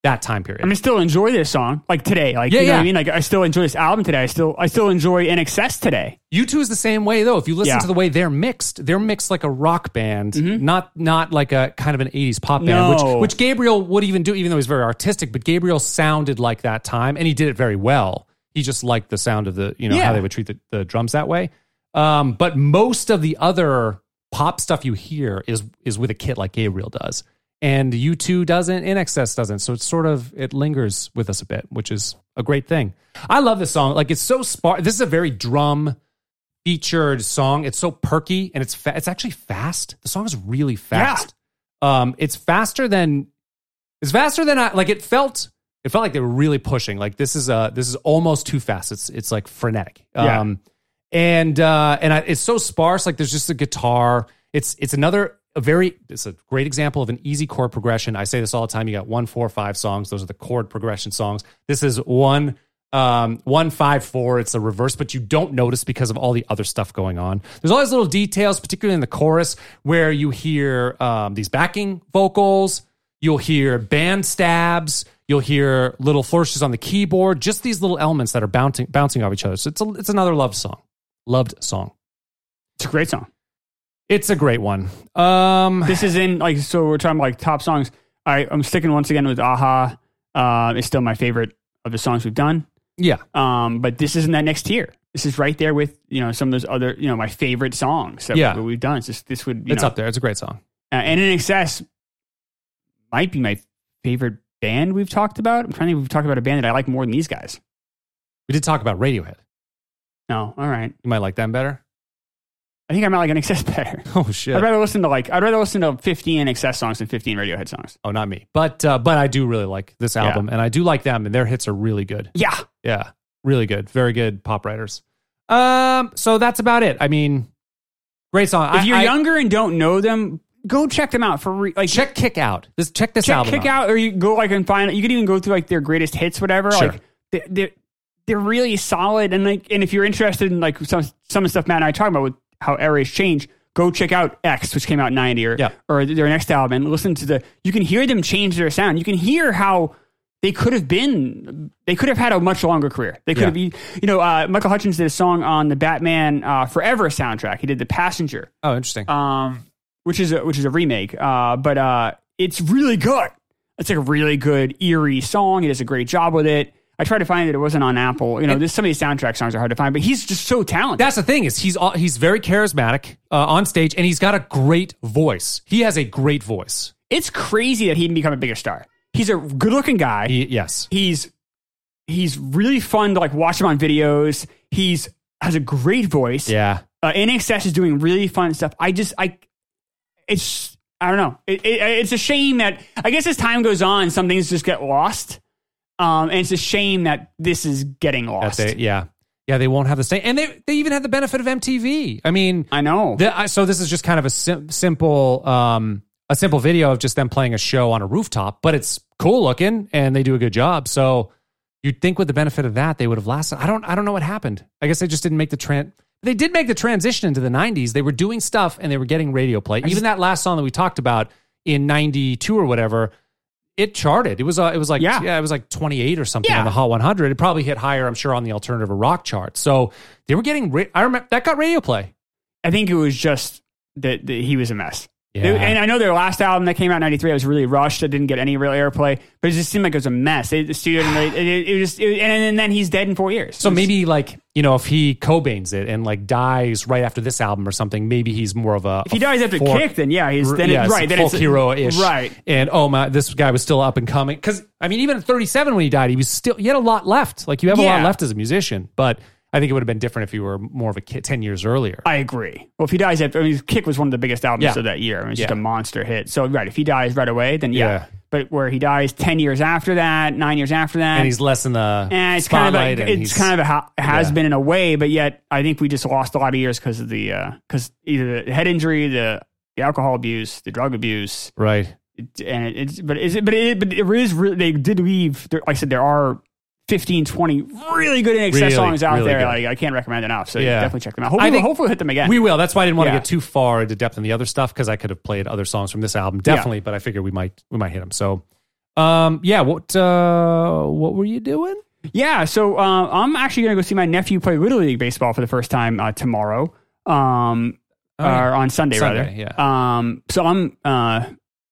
A: that time period.
B: I mean, still enjoy this song like today. Like,
A: Yeah,
B: you know what
A: yeah.
B: I mean? Like, I still enjoy this album today. I still, I still enjoy In Excess today.
A: You two is the same way though. If you listen
B: Yeah. Mm-hmm.
A: to the way they're mixed, they're mixed like a rock band, not not like a kind of an '80s pop band,
B: No.
A: which which Gabriel would even do, even though he's very artistic. But Gabriel sounded like that time, and he did it very well. He just liked the sound of the you know how
B: Yeah.
A: they would treat the, the drums that way. Um, but most of the other pop stuff you hear is is with a kit like Gabriel does, and U two doesn't, In Excess doesn't. So it's sort of it lingers with us a bit, which is a great thing. I love this song. Like it's so spark. This is a very drum featured song. It's so perky and it's fa- it's actually fast. The song is really fast. Um, it's faster than it's faster than I like. It felt it felt like they were really pushing. Like this is uh this is almost too fast. It's it's like frenetic.
B: Yeah.
A: Um, and uh and I, it's so sparse. Like there's just a guitar. It's it's another a very it's a great example of an easy chord progression. I say this all the time. You got one four five songs. Those are the chord progression songs. This is one um one five four it's a reverse but you don't notice because of all the other stuff going on there's all these little details particularly in the chorus where you hear um these backing vocals you'll hear band stabs you'll hear little flourishes on the keyboard just these little elements that are bouncing bouncing off each other so it's a, it's another love song loved song
B: It's a great song.
A: it's a great one um
B: This is in like so we're talking about, like top songs. All right, I'm sticking once again with Aha. Um, it's still my favorite of the songs we've done.
A: Yeah.
B: Um, but this isn't that next tier. This is right there with you know some of those other you know my favorite songs that
A: Yeah.
B: we've done. It's just, this would you
A: It's
B: know,
A: up there. It's a great song.
B: uh, and in excess might be my favorite band we've talked about. I'm trying to think if we've talked about a band that I like more than these guys.
A: We did talk about Radiohead.
B: No, all right.
A: You might like them better.
B: I think I might like in excess better.
A: Oh shit.
B: I'd rather listen to like I'd rather listen to 15 in excess songs than 15 Radiohead songs.
A: oh, not me. But uh, but I do really like this
B: Yeah.
A: album, and I do like them, and their hits are really good.
B: Yeah,
A: Yeah, really good. Very good pop writers. Um, so that's about it. I mean, great song.
B: if
A: I-
B: you're
A: I-
B: younger and don't know them, go check them out for re- like
A: check Kick Out. This check this
B: check
A: album.
B: kick
A: out.
B: out or you go like and find you could even go through like their greatest hits whatever
A: Sure.
B: like they, they're, they're really solid and like and if you're interested in like some some of the stuff matt and i talk about with how eras change go check out x which came out in 90 or,
A: Yeah.
B: or their next album and listen to the you can hear them change their sound you can hear how they could have been they could have had a much longer career they could
A: Yeah.
B: have been you know uh, michael hutchins did a song on the batman uh, forever soundtrack he did the passenger
A: Oh, interesting.
B: um, which is a, which is a remake. Uh, but uh, it's really good. It's like a really good eerie song. He does a great job with it. I tried to find it. It wasn't on Apple. You know, this, some of these soundtrack songs are hard to find, but he's just so talented.
A: that's the thing is he's all- he's very charismatic uh, on stage, and he's got a great voice. He has a great voice.
B: It's crazy that he didn't become a bigger star. He's a good-looking guy.
A: He, yes.
B: he's he's really fun to like watch him on videos. He's has a great voice.
A: Yeah.
B: uh, NXS is doing really fun stuff. I just, I, it's, I don't know. It, it, it's a shame that I guess as time goes on, some things just get lost. Um, and it's a shame that this is getting
A: That
B: lost.
A: they, yeah. Yeah. They won't have the same, and they they even had the benefit of MTV. I mean,
B: I know.
A: The, I, so this is just kind of a sim- simple, um, a simple video of just them playing a show on a rooftop, but it's cool looking and they do a good job. So you'd think with the benefit of that, they would have lasted. I don't, I don't know what happened. I guess they just didn't make the trend. They did make the transition into the '90s. They were doing stuff and they were getting radio play. Even that last song that we talked about in '92 or whatever, it charted. It was, uh, it was like, yeah.
B: Yeah.
A: it was like 28 or something
B: Yeah.
A: on the Hot 100. It probably hit higher, I'm sure, on the alternative rock chart. So they were getting. Ra- I remember that got radio play.
B: I think it was just that, that he was a mess.
A: Yeah.
B: They- And I know their last album that came out in '93, I was really rushed. I didn't get any real airplay, but it just seemed like it was a mess. They- the studio, didn't really, it, it was just, it, and, and then he's dead in four years.
A: So maybe like you know if he Cobain's it and like dies right after this album or something, maybe he's more of a
B: if he dies after kick, then yeah, he's then
A: yeah,
B: it's right. Then
A: folk
B: it's
A: hero ish,
B: right?
A: And oh my, this guy was still up and coming because I mean even at 37 when he died, he was still he had a lot left. Like you have a lot
B: Yeah.
A: left as a musician, but I think it would have been different if you were more of a kid 10 years earlier.
B: I agree. Well, if he dies after, I mean, Kick was one of the biggest albums
A: Yeah.
B: of that year. I mean, it's just
A: Yeah.
B: a monster hit. So, right, if he dies right away, then yeah.
A: Yeah.
B: But where he dies ten years after that, nine years after that,
A: and he's less in the
B: eh, it's kind
A: spotlight.
B: of a,
A: and
B: it's
A: he's-
B: kind of a ha- has
A: yeah.
B: been in a way, but yet I think we just lost a lot of years because of the because either the head injury, the the alcohol abuse, the drug abuse,
A: right.
B: it- and it- it's but is it but it but it is really, they did leave. There, like I said, there are. 15, 20 really good in excess
A: Really,
B: songs out
A: really
B: there.
A: good.
B: Like, I can't recommend enough. So
A: Yeah.
B: definitely check them out.
A: I
B: Hopefully,
A: think-
B: hopefully we'll hit them again.
A: We will. That's why I didn't want to
B: Yeah.
A: get too far into depth in the other stuff because I could have played other songs from this album, definitely. But I figured we might we might hit them. So, um, yeah. What uh, what were you doing?
B: Yeah, so uh, I'm actually going to go see my nephew play Little League baseball for the first time uh, tomorrow, um,
A: Oh, yeah.
B: or on Sunday, rather.
A: Sunday,
B: Um, so I'm. Uh,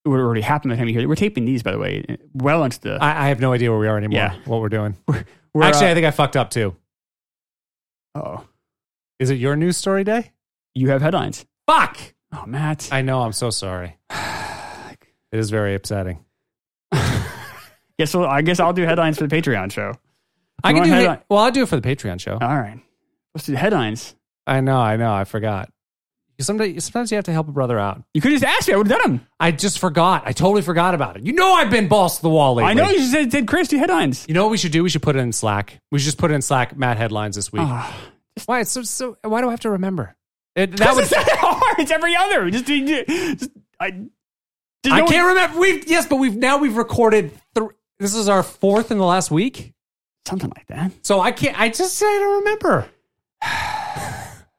B: it would already happened by the time you hear. We're taping these, by the way, well into the.
A: I, I have no idea where we are anymore.
B: Yeah.
A: What we're doing?
B: we're,
A: Actually, I think I fucked up too.
B: uh, oh,
A: Is it your news story day?
B: you have headlines.
A: Fuck!
B: Oh, Matt.
A: I know. I'm so sorry. It is very upsetting.
B: guess well, I guess I'll do headlines for the Patreon show.
A: I can
B: want
A: do
B: headline-
A: it. Well, I'll do it for the Patreon show.
B: All right, let's do headlines.
A: I know. I know. I forgot. Sometimes, sometimes you have to help a brother out.
B: You could have just asked me. I would have done them.
A: I just forgot. I totally forgot about it. You know, I've been balls to the wall lately.
B: I know you just said, said Chris, do headlines.
A: You know what we should do? We should put it in Slack. We should just put it in Slack. Matt headlines this week.
B: Ah.
A: why? It's so, so. Why do I have to remember? It, that
B: That
A: was.
B: was that hard. It's every other. Just, just I. just
A: I
B: no-
A: can't remember. We've yes, but we've now we've recorded. Th- this is our fourth in the last week,
B: something like that.
A: so I can't. I just I don't remember.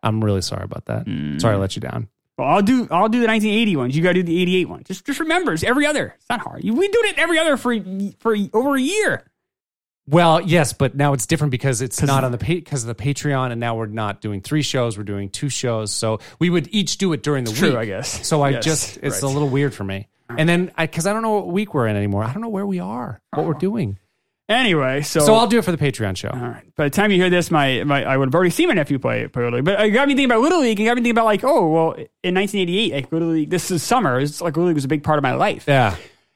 A: I'm really sorry about that. Sorry I let you down.
B: Well, I'll do I'll do the 1980 ones. You got to do the 88 ones. Just just remember, it's every other. It's not hard. You- We did it every other for for over a year.
A: Well, yes, but now it's different because it's not on the because of the Patreon, and now we're not doing three shows. We're doing two shows, so we would each do it during the
B: True,
A: week.
B: I guess.
A: So I
B: Yes,
A: just it's
B: right.
A: a little weird for me. And then, I because I don't know what week we're in anymore. I don't know where we are, what
B: Uh-huh.
A: we're doing.
B: Anyway, so
A: So I'll do it for the Patreon show.
B: All right. By the time you hear this, my, my I would have already seen my nephew play play Little League. But it got me thinking about Little League. It got me thinking about like, oh well, in 1988, like Little League. This is summer. It's like Little League was a big part of my life.
A: Yeah.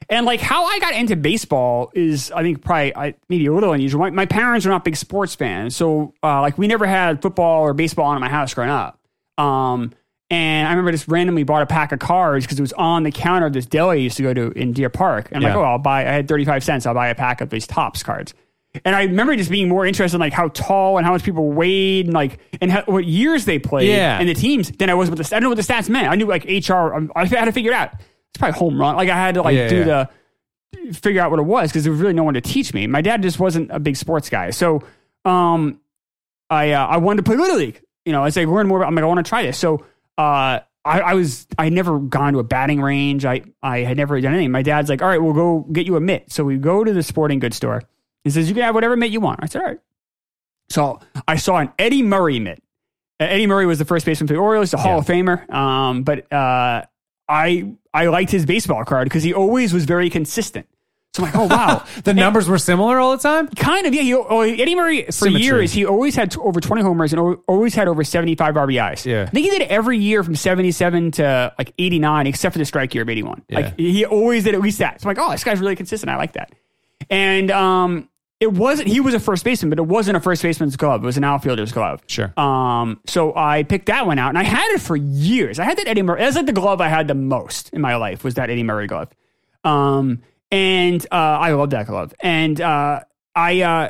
B: And like how I got into baseball is, I think probably I, maybe a little unusual. My, my parents are not big sports fans, so uh, like we never had football or baseball on at my house growing up. Um, and I remember just randomly bought a pack of cards because it was on the counter of this deli I used to go to in Deer Park. And I'm
A: Yeah.
B: like, oh, I'll buy. I had 35 cents. I'll buy a pack of these tops cards. And I remember just being more interested in like how tall and how much people weighed and like and how, what years they played
A: Yeah.
B: and the teams than I was with the. I didn't know what the stats meant. I knew like HR. I I had to figure it out. It's probably home run. Like I had to like
A: Yeah,
B: do
A: yeah.
B: the figure out what it was because there was really no one to teach me. My dad just wasn't a big sports guy, so um, I uh, I wanted to play little league. You know, I say learn more. About, I'm like I want to try this. So uh, I, I was I had never gone to a batting range. I I had never done anything. My dad's like, all right, we'll go get you a mitt. So we go to the sporting goods store. He says you can have whatever mitt you want. I said all right. So I saw an Eddie Murray mitt. Uh, Eddie Murray was the first baseman for the Orioles, the Hall of Famer. Um, but uh, I I liked his baseball card because he always was very consistent. So I'm like, oh wow,
A: The numbers were similar all the time?
B: kind of yeah. He, oh, Eddie Murray for
A: Symmetry.
B: years he always had t- over 20 homers and al- always had over 75 RBIs.
A: Yeah.
B: I think he did it every year from 77 to like 89, except for the strike year of 81.
A: Yeah.
B: Like he always did at least that. So I'm like, oh, this guy's really consistent. I like that. And um, it wasn't. He was a first baseman, but it wasn't a first baseman's glove. It was an outfielder's glove.
A: Sure.
B: Um, so I picked that one out, and I had it for years. I had that Eddie Murray. That's like the glove I had the most in my life was that Eddie Murray glove. Um, and uh, I loved that glove. And uh, I, uh,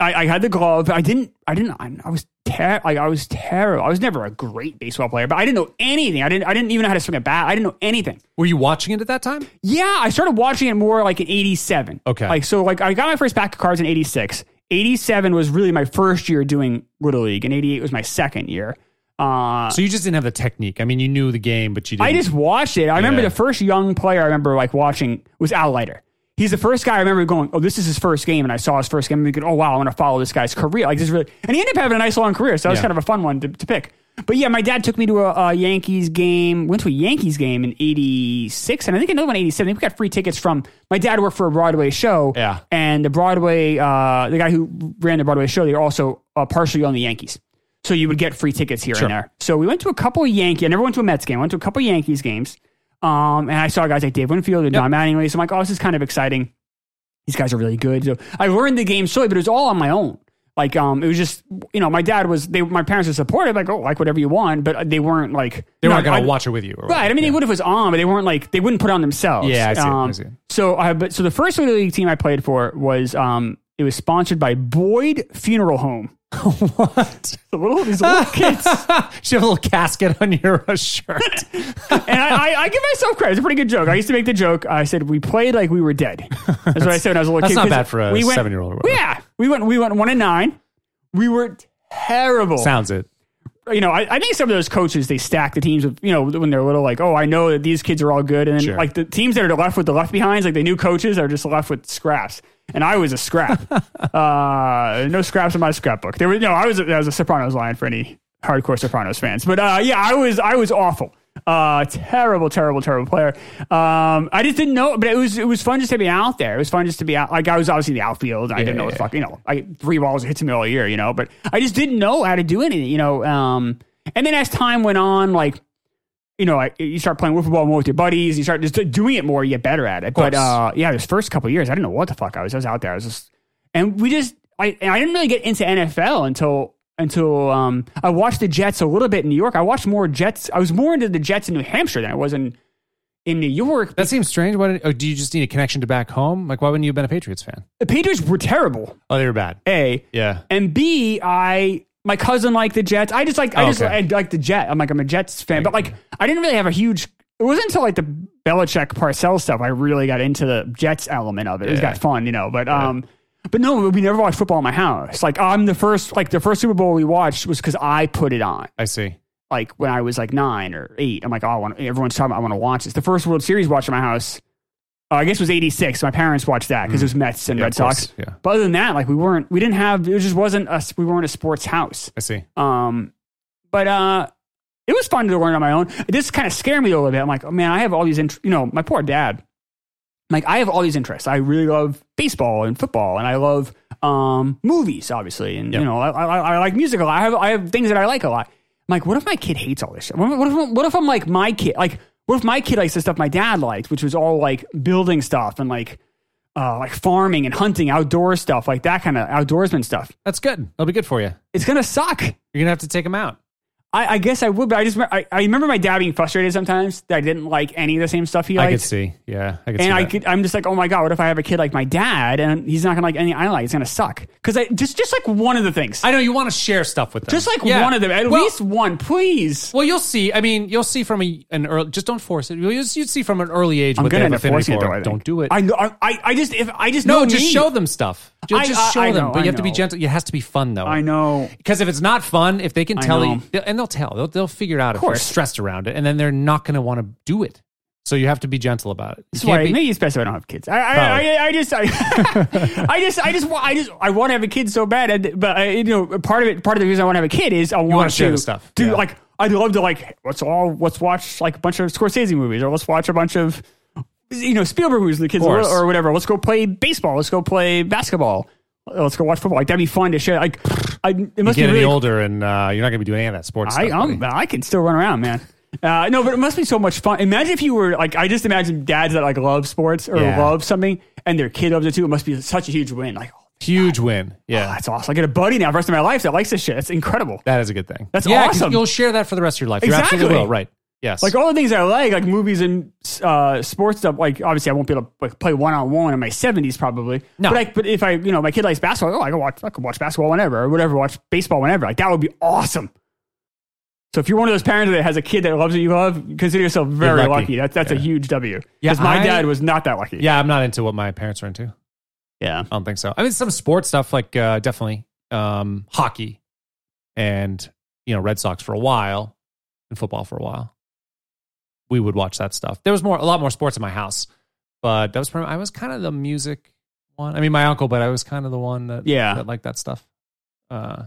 B: I, I had the glove. I didn't. I didn't. I, I was ter- like I was terrible. I was never a great baseball player, but I didn't know anything. I didn't. I didn't even know how to swing a bat. I didn't know anything.
A: Were you watching it at that time?
B: Yeah, I started watching it more like in 87.
A: Okay.
B: Like, so, like, I got my first pack of cards in 86. 87 was really my first year doing Little League, and 88 was my second year. Uh,
A: So you just didn't have the technique. I mean, you knew the game, but you didn't.
B: I just watched it. I remember
A: Yeah.
B: the first young player I remember, like, watching was Al Leiter. He's the first guy I remember going, oh, this is his first game, and I saw his first game, and thinking, oh, wow, I want to follow this guy's career. Like, this is really, and he ended up having a nice long career, so that was
A: Yeah.
B: kind of a fun one to, to pick. But yeah, my dad took me to a, a Yankees game, went to a Yankees game in 86, and I think another one in 87. I think we got free tickets from, my dad worked for a Broadway show,
A: Yeah.
B: and the Broadway, uh, the guy who ran the Broadway show, they were also uh, partially on the Yankees. So you would get free tickets here and there. So we went to a couple of Yankee. I never went to a Mets game. I went to a couple of Yankees games. Um, and I saw guys like Dave Winfield and Don Mattingly. So I'm like, oh, this is kind of exciting. These guys are really good. So I learned the game slowly, but it was all on my own. Like, um, it was just, you know, my dad was, they, my parents were supportive, like, oh, like whatever you want, but they weren't like,
A: they weren't
B: no,
A: going
B: I-
A: to watch it with you. or
B: Right. I
A: whatever.
B: mean,
A: Yeah.
B: they would if it was on, but they weren't like they wouldn't put it on themselves.
A: Yeah, I see, I
B: Um,
A: see.
B: So I but so the first little league team I played for was um it was sponsored by Boyd Funeral Home.
A: what?
B: The little these little kids,
A: She have a little casket on your uh, shirt.
B: and I, I, I give myself credit. It's a pretty good joke. I used to make the joke. I said we played like we were dead. That's what I said when I was a little
A: That's
B: kid.
A: not
B: 'cause
A: bad for a
B: we went-
A: seven-year-old or whatever.
B: Yeah, we went we went one and nine. We were terrible.
A: Sounds it.
B: you know, I, I think some of those coaches they stack the teams with you know when they're little, like oh, I know that these kids are all good, and then
A: Sure.
B: like the teams that are left with the left behinds, like the new coaches are just left with scraps. And I was a scrap. uh, no scraps in my scrapbook. There was no. I was a, that was a Sopranos line for any hardcore Sopranos fans. But uh, yeah, I was I was awful. Uh, terrible, terrible, terrible player. Um, I just didn't know, but it was it was fun just to be out there. It was fun just to be out. Like I was obviously in the outfield. I didn't know what the fuck you know. I three balls hits me all year, you know. But I just didn't know how to do anything, you know. Um, and then as time went on, like you know, I, you start playing wiffle ball more with your buddies. You start just doing it more. You get better at it. But
A: course.
B: uh, yeah, this first couple of years, I didn't know what the fuck I was. I was out there. I was just, and we just, I, and I didn't really get into NFL until until um, I watched the Jets a little bit in New York. I watched more Jets. I was more into the Jets in New Hampshire than I was in in New York.
A: That seems strange. Why didn't, oh, do you just need a connection to back home? Like, why wouldn't you have been a Patriots fan?
B: The Patriots were terrible.
A: Oh, they were bad.
B: A
A: Yeah.
B: And B, I my cousin liked the Jets. I just like I
A: Oh,
B: just
A: okay.
B: I like the Jet. I'm like I'm a Jets fan, but like I didn't really have a huge. It wasn't until like the Belichick Parcells stuff I really got into the Jets element of it. It got fun, you know. But um, but no, we never watched football in my house. Like I'm the first like the first Super Bowl we watched was because I put it on
A: I see.
B: like when I was like nine or eight. I'm like, oh, I want, everyone's talking. About, I want to watch this. The first World Series watch in my house, uh, I guess, was '86. My parents watched that because it was Mets and
A: Yeah,
B: Red
A: of course.
B: Sox.
A: Yeah.
B: But other than that, like we weren't, we didn't have. It just wasn't us. We weren't a sports house.
A: I see.
B: Um, but uh, it was fun to learn on my own. This kind of scared me a little bit. I'm like, oh man, I have all these, int- you know, my poor dad. Like I have all these interests. I really love baseball and football, and I love um, movies, obviously, and you know, I, I, I like music a lot. I have I have things that I like a lot. I'm like, what if my kid hates all this shit? What if, what if what if I'm like my kid? Like, what if my kid likes the stuff my dad liked, which was all like building stuff and like uh, like farming and hunting, outdoor stuff, like that kind of outdoorsman stuff.
A: That's good. That'll be good for you.
B: It's gonna suck.
A: You're gonna have to take him out.
B: I, I guess I would, but I just remember, I, I remember my dad being frustrated sometimes that I didn't like any of the same stuff he
A: I
B: liked.
A: could see. Yeah, I could see.
B: and I
A: that.
B: could, I'm just like, oh my god, what if I have a kid like my dad and he's not gonna like any I like? It's gonna suck because I just just like one of the things,
A: I know you want to share stuff with them.
B: just like
A: Yeah.
B: one of them, at
A: Well-
B: least one, please.
A: Well, you'll see. I mean, you'll see from a, an early. Just don't force it. You'll, you'll see from an early age.
B: I'm
A: what they
B: gonna
A: have
B: end up
A: affinity
B: forcing it
A: for.
B: though. I think.
A: Don't do it.
B: I know. I, I I just if I just
A: no,
B: know
A: just
B: me.
A: show them stuff. Ju-
B: I-
A: Just,
B: I-
A: show
B: I
A: them.
B: know,
A: but
B: I
A: you have to be
B: know.
A: gentle. It has to be fun though.
B: I know.
A: Because if it's not fun, if they can tell
B: know.
A: you, they'll- and they'll tell, they'll, they'll figure it out if
B: course.
A: they're stressed around it, and then they're not going to want to do it. So you have to be gentle about it. You
B: That's
A: can't
B: why
A: be- Oh.
B: maybe it's best if I don't have kids. I I,
A: Probably.
B: I, I just I, I just I just wa- I just I want to have a kid so bad. and- But I, you know, part of it, part of the reason I want to have a kid is I want,
A: wanna
B: to
A: share the stuff.
B: Do
A: Yeah.
B: like I'd love to like let's all let's watch like a bunch of Scorsese movies or let's watch a bunch of you know Spielberg movies with the kids or,
A: Course.
B: or whatever. Let's go play baseball. Let's go play basketball. Let's go watch football. Like that'd be fun to share. Like I it must be
A: getting
B: really
A: older, and uh, you're not going to be doing any of that sports.
B: I,
A: stuff,
B: I'm,
A: buddy.
B: I can still run around, man. Uh, no, but it must be so much fun. Imagine if you were like, I just imagine dads that like love sports or
A: Yeah.
B: love something, and their kid loves it too. It must be such a huge win. Like, oh,
A: huge win. Yeah,
B: that's awesome. I get a buddy now, for the rest of my life that likes this shit. That's incredible.
A: that is a good thing.
B: That's
A: yeah, 'cause
B: awesome.
A: You'll share that for the rest of your life. You
B: Exactly.
A: absolutely will. Right. Yes.
B: Like oh all the things I like, like movies and uh, sports stuff. Like obviously, I won't be able to like, play one on one in my seventies probably.
A: No.
B: But, I, but if I, you know, my kid likes basketball, oh, I can watch, I can watch basketball whenever or whatever, watch baseball whenever. Like that would be awesome. So if you're one of those parents that has a kid that loves what you love, consider yourself very
A: lucky.
B: lucky. That's that's a huge W.
A: Yeah,
B: Because my
A: I-
B: dad was not that lucky.
A: yeah, I'm not into what my parents are into.
B: Yeah.
A: I don't think so. I mean, some sports stuff like uh, definitely um, hockey and you know Red Sox for a while and football for a while. We would watch that stuff. There was more, a lot more sports in my house, but that was pretty, I was kind of the music one. I mean, my uncle, but I was kind of the one that
B: Yeah.
A: that liked that stuff. Uh,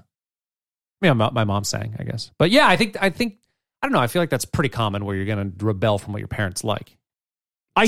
A: yeah, my, my mom sang, I guess, but yeah, I think I think I don't know. I feel like that's pretty common where you're going to rebel from what your parents like.
B: I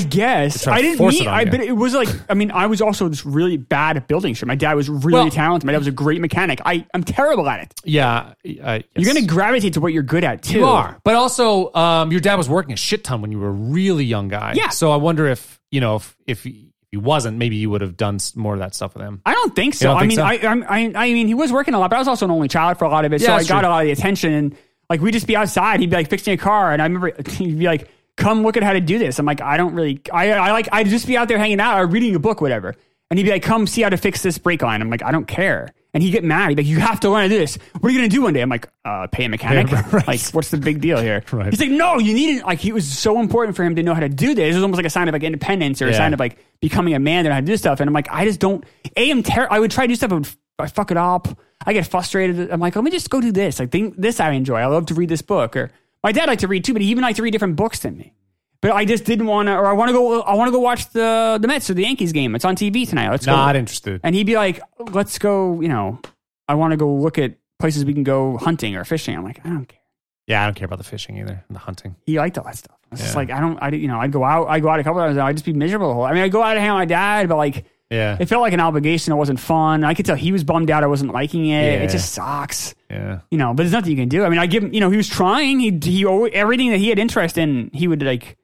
A: They're
B: guess
A: trying
B: I
A: to
B: didn't
A: force
B: mean
A: it on
B: I
A: you.
B: but it was like I mean I was also just really bad at building shit. My dad was really
A: Well-
B: talented. My dad was a great mechanic. I I'm terrible at it.
A: Yeah, I,
B: You're gonna gravitate to what you're good at too.
A: You are, but also um, your dad was working a shit ton when you were a really young guy.
B: Yeah.
A: So I wonder if you know if if he he wasn't, maybe you would have done s- more of that stuff with him.
B: I don't think so.
A: don't
B: I
A: think
B: mean,
A: so?
B: I, I'm- I, I mean, he was working a lot, but I was also an only child for a lot of it,
A: Yeah,
B: so I
A: that's
B: got
A: true.
B: a lot of the attention. And like, we'd just be outside. He'd be like fixing a car, and I remember he'd be like, "Come look at how to do this." I'm like, I don't really. I, I like. I'd just be out there hanging out or reading a book, whatever. And he'd be like, "Come see how to fix this brake line." I'm like, I don't care. And he'd get mad. He'd be like, "You have to learn how to do this. What are you gonna do one day?" I'm like, uh, "Pay a mechanic."
A: Yeah, right.
B: Like, what's the big deal here?
A: Right.
B: He's like, "No, you need it." Like, he was so important for him to know how to do this. It was almost like a sign of like independence or a
A: Yeah.
B: sign of like becoming a man and how to do stuff. And I'm like, I just don't. A, I'm ter- I would try to do stuff, I would f- I fuck it up. I get frustrated. I'm like, let me just go do this. Like, think this I enjoy. I love to read this book. Or my dad liked to read too, but he even liked to read different books than me. But I just didn't want to, or I want to go. I want to go watch the the Mets or the Yankees game. It's on TV tonight. Let's go.
A: Not interested.
B: And he'd be like, let's go. You know, I want to go look at places we can go hunting or fishing. I'm like, I don't care.
A: Yeah, I don't care about the fishing either and the hunting.
B: He liked all that stuff. It's just
A: Yeah.
B: like I don't, I you know, I'd go out, I'd go out a couple times, and I'd just be miserable. the whole- I mean, I'd go out and hang out with my dad, but like
A: Yeah,
B: it felt like an obligation. It wasn't fun. I could tell he was bummed out. I wasn't liking it.
A: Yeah.
B: It just sucks,
A: yeah.
B: you know. But there's nothing you can do. I mean, I give him. You know, he was trying. He he always, everything that he had interest in, he would like.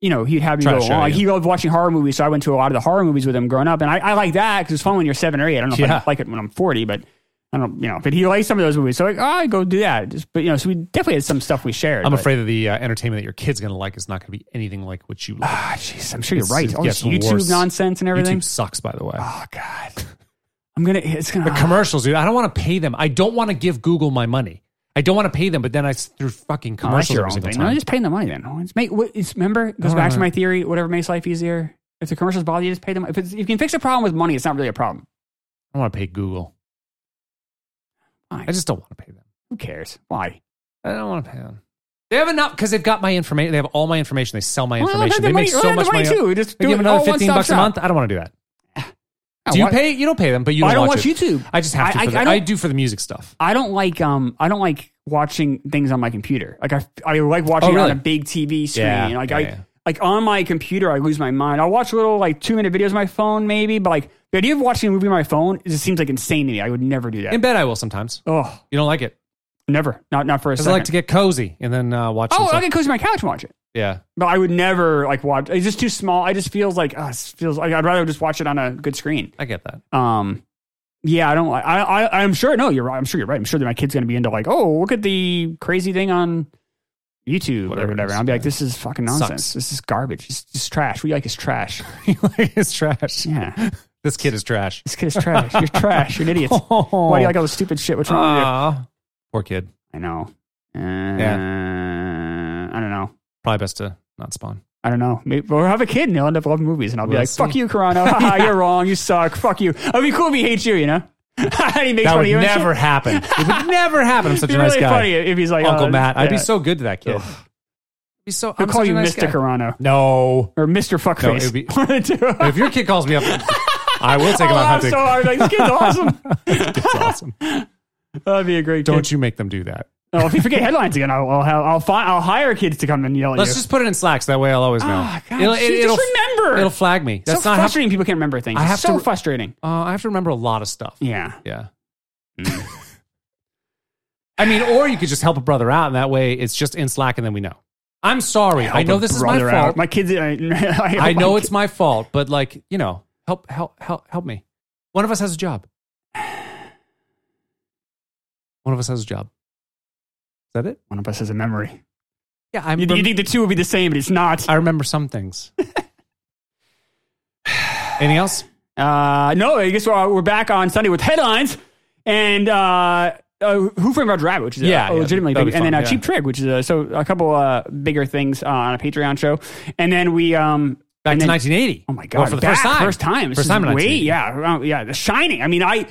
B: You know, he'd have me
A: Try to
B: go along.
A: show
B: Like,
A: you.
B: he loved watching horror movies, so I went to a lot of the horror movies with him growing up, and I, I like that because it's fun when you're seven or eight. I don't know if
A: Yeah.
B: I like it when I'm forty, but I don't, you know. But he liked some of those movies, so like, oh, I go do that. Just, but you know, so we definitely had some stuff we shared.
A: I'm
B: but-
A: afraid that the uh, entertainment that your kid's going to like is not going to be anything like what you like.
B: Ah, jeez, I'm sure you're
A: It's-
B: right.
A: it
B: All this
A: gets
B: YouTube
A: worse.
B: nonsense and everything.
A: YouTube sucks, by the way.
B: oh God, I'm gonna. It's gonna.
A: commercials, dude. I don't want to pay them. I don't want to give Google my money. I don't want to pay them, but then I s- through fucking
B: Oh, that's
A: commercials
B: your
A: every
B: own
A: single
B: thing.
A: time. Oh,
B: No, just pay them the money then. It's make, what, it's, remember, it goes back to my theory. Whatever makes life easier. If the commercials bother you, just pay them. If, it's, if you can fix a problem with money, it's not really a problem.
A: I don't want to pay Google.
B: Fine.
A: I just don't want to pay them.
B: Who cares? Why?
A: I don't want to pay them. They have enough because they've got my information. They have all my information. They sell my
B: Well,
A: information.
B: the
A: They make
B: money- well,
A: so
B: the
A: much money.
B: money too. Just
A: They
B: do
A: give
B: it
A: another
B: all one
A: fifteen
B: stop
A: bucks a
B: shop.
A: month. I don't want to do that. Do you
B: why-
A: pay? You don't pay them, but you don't.
B: I don't
A: watch
B: watch
A: it.
B: YouTube.
A: I just have to.
B: I-
A: for
B: I-
A: the-
B: I
A: I,
B: don't-
A: do for the music stuff.
B: I don't like um I don't like watching things on my computer. Like I I like watching
A: Oh, really?
B: it on a big TV screen.
A: Yeah,
B: like
A: yeah,
B: I
A: yeah.
B: like on my computer I lose my mind. I watch little like two minute videos on my phone maybe, but like the idea of watching a movie on my phone it just seems like insane to me. I would never do that.
A: In bed, I will sometimes.
B: oh,
A: You don't like it
B: never. Not not for a
A: because I
B: second.
A: like to get cozy and then uh, watch. some
B: oh,
A: stuff.
B: I can cozy my couch and watch it.
A: yeah.
B: But I would never like watch. It's just too small. I just feels like uh, it feels like I'd rather just watch it on a good screen.
A: I get that.
B: Um, yeah, I don't. like- I, I, I'm sure. No, you're right. I'm sure you're right. I'm sure that my kid's gonna be into like, oh, look at the crazy thing on YouTube
A: Whatever
B: or
A: it
B: whatever.
A: is,
B: And I'll be
A: yeah.
B: like, this is fucking nonsense.
A: Sucks.
B: This is garbage. This this is trash. What you like is trash.
A: it's trash.
B: Yeah,
A: This kid is trash. Oh.
B: this kid is trash. You're trash. You're an idiot. Why do you like all this stupid shit? What's wrong with
A: Aw. Poor kid.
B: you? I know. Uh, I don't know.
A: Probably best to not spawn.
B: I don't know. Maybe, or have a kid and he'll end up loving movies, and I'll be
A: We'll
B: like,
A: see.
B: "Fuck you, Carano! Haha, You're wrong. You suck. Fuck you." It'd be cool if he hates you. You know, and he makes
A: That
B: fun
A: would
B: of you. and shit.
A: never happen. It would never happen. I'm such
B: It'd
A: a
B: be
A: nice
B: really
A: guy.
B: funny if he's like
A: Uncle
B: uh,
A: Matt. I'd be
B: yeah.
A: so good to that kid.
B: Ugh.
A: Be so.
B: He'll
A: I'm
B: call
A: such a
B: you
A: nice
B: Mr.
A: guy.
B: Carano
A: No.
B: or Mr. Fuckface.
A: No, it'd be-
B: One of the two.
A: But if your kid calls me up, I will take him
B: I'll
A: out
B: laugh
A: hunting.
B: so hard. Like, this kid's awesome.
A: That's awesome.
B: That'd be a great.
A: Don't
B: kid.
A: you make them do that.
B: Oh, if you forget headlines again, I'll I'll, have, I'll, fi- I'll hire kids to come and yell at
A: Let's
B: you.
A: just put it in Slack so that way I'll always know.
B: Ah, God, see, just remember.
A: It'll flag me. That's
B: so
A: not how.
B: frustrating. People can't remember things.
A: I
B: It's
A: have
B: so
A: to-
B: frustrating.
A: Uh, I have to remember a lot of stuff.
B: Yeah.
A: Yeah. Mm. I mean, or you could just help a brother out, and that way it's just in Slack, and then we know. I'm sorry. I
B: Help
A: know
B: a
A: this is my
B: brother out.
A: fault.
B: My kids. I, I,
A: I know
B: my
A: it's my fault, but like you know, help, help, help, help me. One of us has a job. One of us has a job. Is that it?
B: One of us has a memory.
A: Yeah, I
B: You,
A: remember,
B: you think the two would be the same, but it's not.
A: I remember some things. Anything else?
B: Uh, no, I guess we're, we're back on Sunday with headlines and uh, uh, Who Framed Roger Rabbit, which is
A: Yeah,
B: a, a
A: yeah,
B: legitimately
A: that'd
B: big,
A: be
B: and
A: fun,
B: then uh,
A: yeah.
B: Cheap Trick, which is a, so a couple uh, bigger things uh, on a Patreon show, and then we um.
A: Back
B: and
A: to
B: then-
A: 1980.
B: Oh my god!
A: Well, for the first
B: back,
A: time.
B: First time. This
A: First
B: is
A: time. in
B: Way,
A: 1980.
B: yeah, around- yeah. The Shining. I mean, I,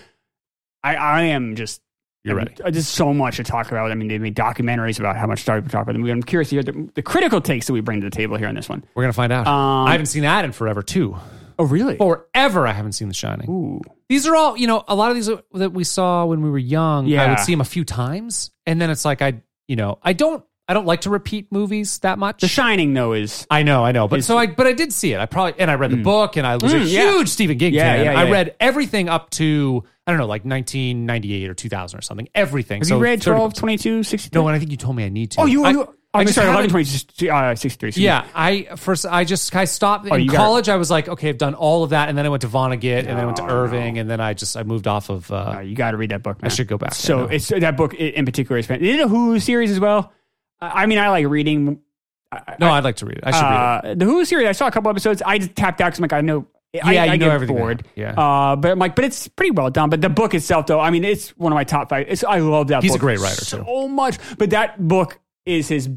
B: I, I am just.
A: You're
B: I mean,
A: ready.
B: uh, There's so much to talk about. I mean, they made documentaries about how much stuff to talk about. I'm curious to hear the, the critical takes that we bring to the table here on this one.
A: We're gonna find out.
B: Um,
A: I haven't seen that in forever too.
B: Oh, really?
A: Forever, I haven't seen The Shining.
B: Ooh.
A: These are all, you know, a lot of these are- that we saw when we were young. I
B: Yeah.
A: would see them a few times, and then it's like I, you know, I don't, I don't like to repeat movies that much.
B: The Shining, though, is
A: I know, I know, but
B: Is-
A: so I, but I did see it. I probably and I read the book, and I was a
B: Mm,
A: huge
B: yeah.
A: Stephen King
B: Yeah,
A: fan.
B: yeah,
A: I
B: yeah.
A: read everything up to I don't know, like 1998 or 2000 or something. Everything.
B: Have
A: So
B: you read
A: 30
B: 12, 22, 63?
A: No, and I think you told me I need to.
B: oh, you.
A: I,
B: you oh,
A: I
B: I'm
A: just
B: sorry,
A: haven't-
B: 11, 20, uh, 63. excuse me.
A: Yeah, I first I just I stopped in
B: Oh, you got it.
A: college. I was like, okay, I've done all of that, and then I went to Vonnegut, and then I went to
B: Oh, No,
A: Irving, and then I just I moved off of.
B: Uh,
A: Uh,
B: you got to read that book.
A: I
B: man.
A: should go back. I
B: So
A: know.
B: it's uh, that book i- in particular is fantastic. Is it a Who series as well? I I mean, I like reading.
A: no, I'd like to read it. I should read it.
B: Uh, the Who series, I saw a couple episodes. I just tapped out because I'm like, I know. I,
A: Yeah,
B: I
A: you know
B: get
A: everything
B: bored.
A: now. Yeah.
B: Uh, but I'm like, but it's pretty well done. But the book itself, though, I mean, it's one of my top five. It's, I love that
A: He's a
B: book.
A: great writer,
B: so
A: too.
B: much. But that book is his.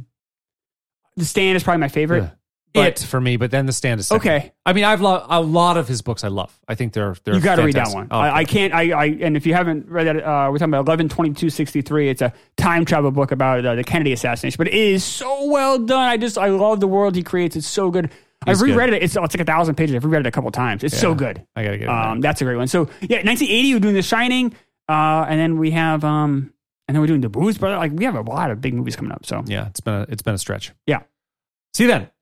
B: The Stand is probably my favorite.
A: Yeah.
B: But-
A: it for me, but then the stand is second.
B: Okay.
A: I mean, I've lo- a lot of his books. I love. I think they're they're.
B: you got to read that
A: fantastic.
B: one.
A: Oh,
B: I, I can't. I, I and if you haven't read that, uh, we're talking about eleven twenty two sixty three. It's a time travel book about uh, the Kennedy assassination, but it is so well done. I just I love the world he creates. It's so good. I've
A: good.
B: reread it. It's, it's like a thousand pages. I've reread it a couple times. It's so good.
A: I gotta get it.
B: Um, that's a great one. So yeah, 1980 we're doing The Shining, uh, and then we have um, and then we're doing The Blues Brother. Like we have a lot of big movies coming up. So
A: yeah, it's been a, it's been a stretch.
B: yeah.
A: See you then.